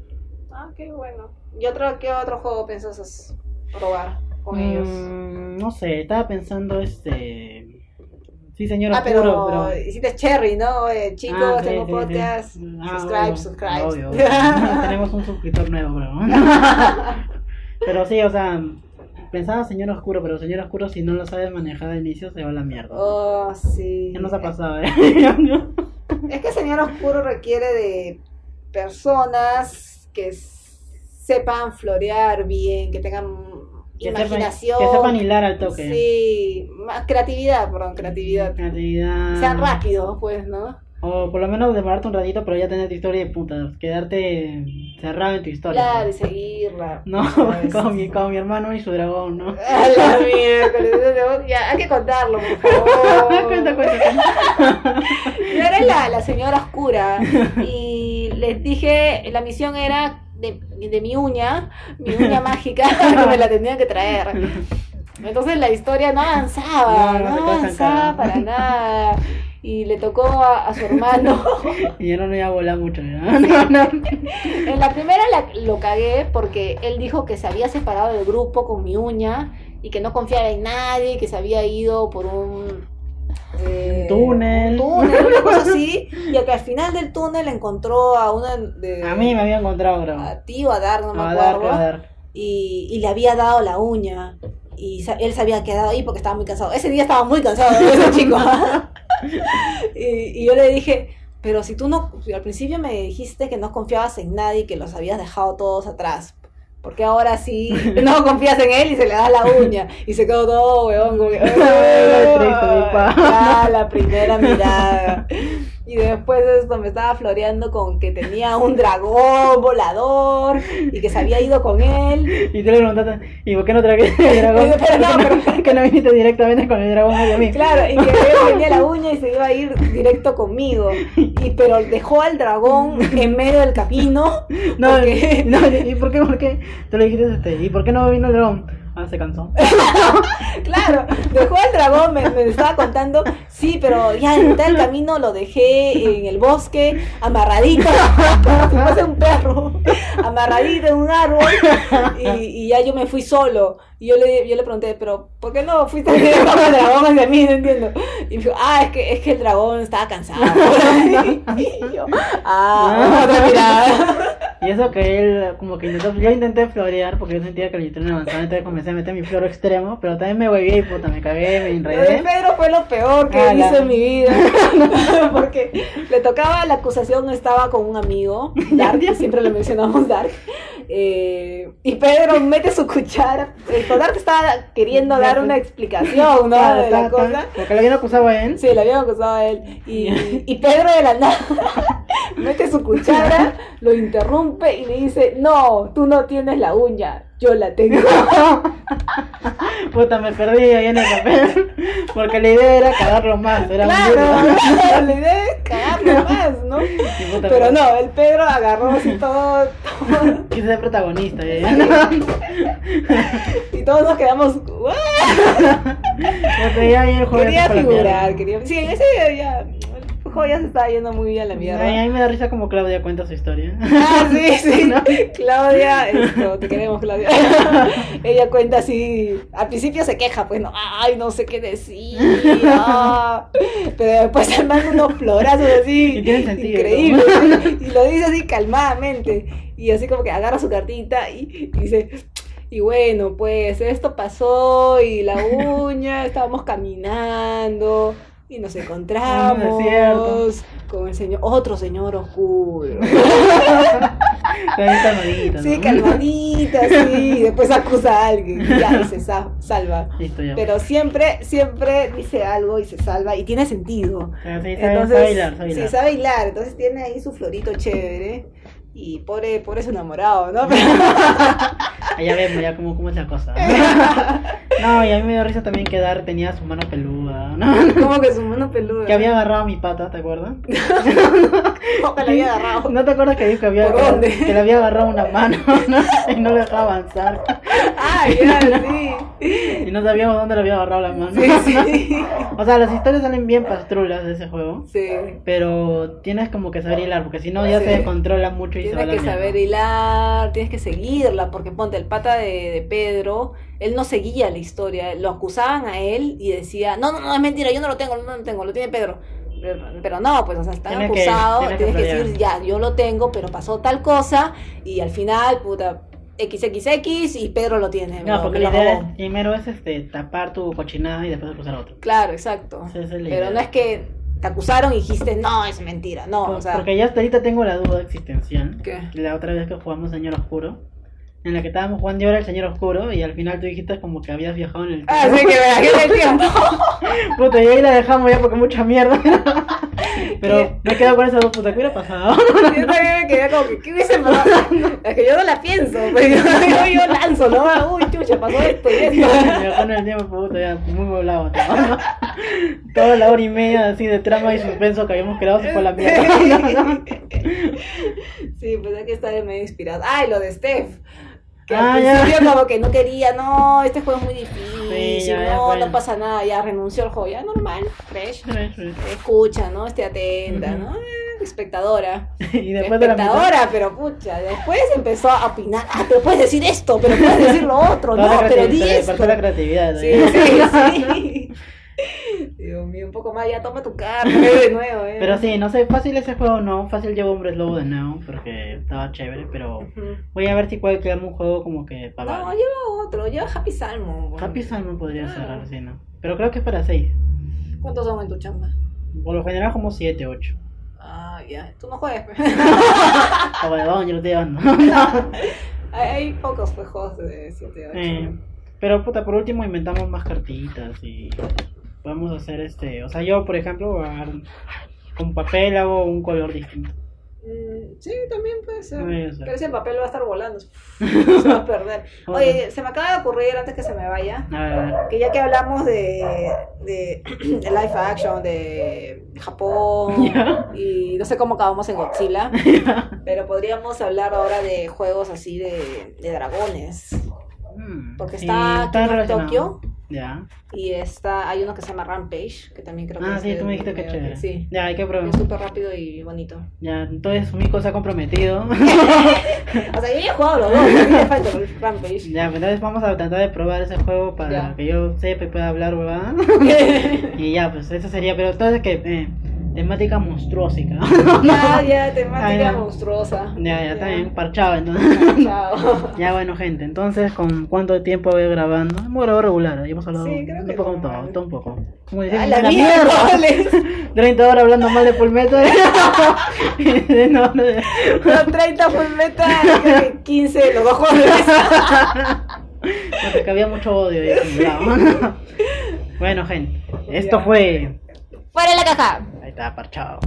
Ah, qué bueno. ¿Y otro, qué otro juego piensas as- probar con ellos?
Mm, no sé, estaba pensando este... Sí, señor
Ah,
oscuro,
pero,
pero...
hiciste Cherry, ¿no? Eh, chicos,
Ah, sí,
tengo
sí, sí.
podcast.
Ah,
subscribe,
obvio,
subscribe.
obvio, obvio. Tenemos un suscriptor nuevo, bro. pero sí, o sea, pensaba Señor Oscuro, pero Señor Oscuro, si no lo sabes manejar al inicio, se va a la mierda.
oh, sí.
¿Qué nos ha pasado, eh?
Es que Señor Oscuro requiere de personas que s- sepan florear bien, que tengan
Que sepan, que
imaginación.
sepan hilar al toque.
Sí, más creatividad, perdón, creatividad.
Creatividad.
Sean rápidos, pues, ¿no?
O por lo menos demorarte un ratito, pero ya tener tu historia de puta. Quedarte cerrado en tu historia.
Claro, y seguirla.
No,
Pues.
con mi, con mi hermano y su dragón, ¿no?
A la miércoles, ese dragón, ya, hay que contarlo, por favor.
cuenta, cuenta, cuenta.
Yo era la, la señora oscura y les dije, la misión era de, de mi uña, mi uña mágica, que me la tenían que traer. Entonces la historia no
No,
avanzaba, no,
no te quedas
avanzaba
estancada.
para nada. Y le tocó a, a su hermano.
Y yo no iba a volar mucho, ¿no? No, no.
En la primera la- lo cagué porque él dijo que se había separado del grupo con mi uña y que no confiaba en nadie, que se había ido por un... eh,
Túnel.
túnel, una cosa así, y que al final del túnel encontró a una de...
A mí me había encontrado, bro.
A ti o a Dar, Ah, no me
a dar,
acuerdo.
a dar.
Y, y le había dado la uña. Y sa- él se había quedado ahí porque estaba muy cansado. Ese día estaba muy cansado de ese chico. y, y yo le dije, pero si tú no, si al principio me dijiste que no confiabas en nadie y que los habías dejado todos atrás. Porque ahora sí, no confías en él y se le da la uña. Y se quedó todo, weón, como que,
Ay, la triste, mi pa.
Ya, la primera mirada. Y después de esto me estaba floreando con que tenía un dragón volador y que se había ido con él.
Y tú le preguntaste, ¿y por qué no trajiste el dragón?
Pero no,
¿Por qué que no viniste directamente con el dragón hacia mí.
Claro, y que yo tenía la uña y se iba a ir directo conmigo. Y pero dejó al dragón en medio del camino.
No,
porque-
no, ¿y por qué? ¿Por qué? Tú le dijiste, este, ¿y por qué no vino el dragón? Ah, se cansó.
Claro, dejó al dragón, me, me estaba contando, sí, pero ya en mitad del camino lo dejé en el bosque, amarradito, como si fuese un perro, amarradito en un árbol, y, y ya yo me fui solo. Y yo le, yo le pregunté, pero ¿por qué no fuiste directo con el dragón hacia mí? No entiendo. Y me dijo, ah, es que, es que el dragón estaba cansado. Y yo, ah, otra mirada.
Y eso que él, como que intentó, yo intenté florear porque yo sentía que el no avanzaba, entonces comencé a meter mi floro extremo, pero también me hueví y puta, me cagué, me
Lo de
enredé.
Pedro fue lo peor que
Ala.
hice en mi vida. Porque le tocaba la acusación, no estaba con un amigo, Dark, que siempre le mencionamos Dark. eh, y Pedro mete su cuchara. El Dark estaba queriendo dar una explicación, ¿no?
Claro,
de la
ta, ta,
cosa.
Porque lo habían acusado a él.
Sí, le habían acusado a él. Y, y Pedro de la nada mete su cuchara, lo interrumpe y le dice: No, tú no tienes la uña, yo la tengo.
Puta, me perdí ahí en el papel. Porque la idea era cagarlo más, era
Claro,
muy
claro, la idea es cagarlo más, ¿no?
Y puta,
Pero no, el Pedro agarró así todo, todo
Quise ser protagonista, ya, ya.
y todos nos quedamos. "What?".
Porque ya ahí el juego ya se fue a
Quería
la
figurar,
mierda.
quería. Sí, en ese ya. El juego ya se estaba yendo muy bien a la
Ay, a
mierda.
mí me da risa como Claudia cuenta su historia.
Ah, sí, sí. Claudia, esto, te queremos, Claudia. Ella cuenta así. Al principio se queja, pues no, ay, no sé qué decir. ah". Pero después se manda unos florazos así.
Y tiene sentido,
Increíble. Y lo dice así calmadamente. Y así como que agarra su cartita y, y dice. Y bueno, pues esto pasó y la uña, estábamos caminando y nos
En un desierto.
encontramos con el señor, otro señor oscuro.
Clarita Nodita,
Sí,
¿no?
calmadita, sí, y después acusa a alguien y ya y se sa- salva.
Listo, ya.
Pero siempre, siempre dice algo y se salva y tiene sentido.
Pero sí, sabe,
Entonces,
sabe bailar, sabe
sí,
bailar.
sabe hilar, entonces tiene ahí su florito chévere y pobre, pobre su enamorado, ¿no?
Ah, ya vemos ya cómo, cómo es la cosa. No, y a mí me dio risa también que Dar tenía su mano peluda, ¿no?
Como que su mano peluda.
Que había agarrado mi pata, ¿te acuerdas?
Como que la había agarrado.
¿No te acuerdas que dijo que había
¿Por
agarrado-
dónde?
que le había agarrado una mano ¿no? y no le dejaba avanzar?
Ah, ya, sí.
Y no sabíamos dónde le había agarrado la mano.
Sí, sí.
O sea, las historias salen bien pastrulas de ese juego.
Sí.
Pero tienes como que saber hilar, porque si no ya
Sí.
se descontrola mucho y se va
Tienes
la
que
mierda.
saber hilar, tienes que seguirla, porque ponte el pata de, de Pedro, él no seguía la historia, lo acusaban a él y decía, no, no, no, es mentira, yo no lo tengo, no lo tengo, lo tiene Pedro. Pero, pero no, pues, o sea, están
Tienes que-
acusados,
tienes que
tienes que
pelear.
decir, ya, yo lo tengo, pero pasó tal cosa, y al final, puta, XXX, y Pedro lo tiene.
No,
weón,
porque
lo
la idea
robó.
es- primero es este, tapar tu cochinada y después acusar a otro.
Claro, exacto.
Esa es la idea.
Pero no es que te acusaron y dijiste, no, es mentira, no,
Por-
o sea...
Porque ya hasta ahorita tengo la duda existencial.
¿Qué?
La otra vez que jugamos Señor Oscuro, en la que estábamos jugando y ahora el señor oscuro y al final tú dijiste como que habías viajado en el tiempo.
Así que me bajé el tiempo.
Puta, y ahí la dejamos ya porque mucha mierda. Pero me he quedado con esas dos putas. ¿Qué hubiera pasado?
Yo también me quedé como que, ¿qué hubiese pasado? Es que yo no la pienso, pero yo, yo lanzo, ¿no? Uy, chucha, pasó esto y
Me
esto.
dejó en el tiempo, puta, ya muy volado. todo. Toda la hora y media así de trama y suspenso que habíamos creado se fue a la mierda.
Sí, pues hay que estar medio inspirado. Ay, lo de Steph. Que
Ah,
al
ya.
principio como que no quería, no, este juego es muy difícil,
Sí, ya, ya,
no,
bueno.
no pasa nada, ya renunció al juego, ya normal, fresh.
y
Escucha, ¿no? Esté atenta,
Ujú.
¿no? Eh, Espectadora.
después de la mitad.
Espectadora, pero pucha, después empezó a opinar, ah, pero puedes decir esto, pero puedes decir lo otro,
toda
no,
la
pero
creatividad,
di
se le
esto.
partió la creatividad.
Sí,
¿eh?
sí, sí. Dios mío, un poco más, ya toma tu carta de nuevo, eh.
Pero sí, no sé, fácil ese juego no, fácil llevo hombres lobo de nuevo, porque estaba chévere, pero
Ujú.
voy a ver si puede quedarme un juego como que para
No, lleva otro, lleva Happy Salmo. güey.
Happy Salmon podría ser
Ah.
algo así, ¿no? Pero creo que es para 6.
¿Cuántos son en tu chamba?
Por lo general como 7, 8.
Ah, ya, tú no juegas. pe.
Caballón, yo lo estoy llevando.
hay, hay pocos pues, juegos de 7 8.
Eh, pero puta, por último inventamos más cartitas y podemos hacer este. O sea, yo por ejemplo, voy a agarrar con papel hago un color distinto.
Mm, sí, también puede ser.
Puede ser.
Pero ese papel va a estar volando. se va a perder. Oye, se me acaba de ocurrir antes que se me vaya.
A ver, a ver.
Que ya que hablamos de, de, de live action, de Japón,
Ya.
y no sé cómo acabamos en Godzilla, pero podríamos hablar ahora de juegos así de, de dragones.
Mm,
Porque
sí,
está aquí en
relacionado.
Tokio.
Ya.
Y está, hay uno que se llama Rampage, que también creo que
Ah,
es
sí,
de-
tú me dijiste que
de-
chévere.
Sí.
Ya, hay que probar.
Es súper rápido y bonito.
Ya, entonces Miko se ha comprometido.
O sea, yo ya he jugado los dos, a mí me falta el Rampage.
ya, pues, entonces vamos a tratar de probar ese juego para
Ya.
que yo sepa y pueda hablar, ¿verdad? Y ya, pues eso sería, pero entonces que eh, temática monstruosica.
ya, ya,
Ah,
temática
ya.
monstruosa.
ya, ya, está bien, parchado entonces.
Chao.
ya, bueno, gente, entonces, ¿con cuánto tiempo voy grabando? Hemos grabado regular, ya hemos hablado
Sí, creo
un
que
poco,
como-
todo, todo un poco. Como
A
decimos,
la mierda. vale.
30 horas hablando mal de Fullmetal. no, no, no.
Fueron 30 full metal, creo que 15 los dos juegos.
Porque había mucho odio. ahí acumulado. bueno, gente, esto
Ya.
fue...
Fuera de la caja.
Ahí está, parchado.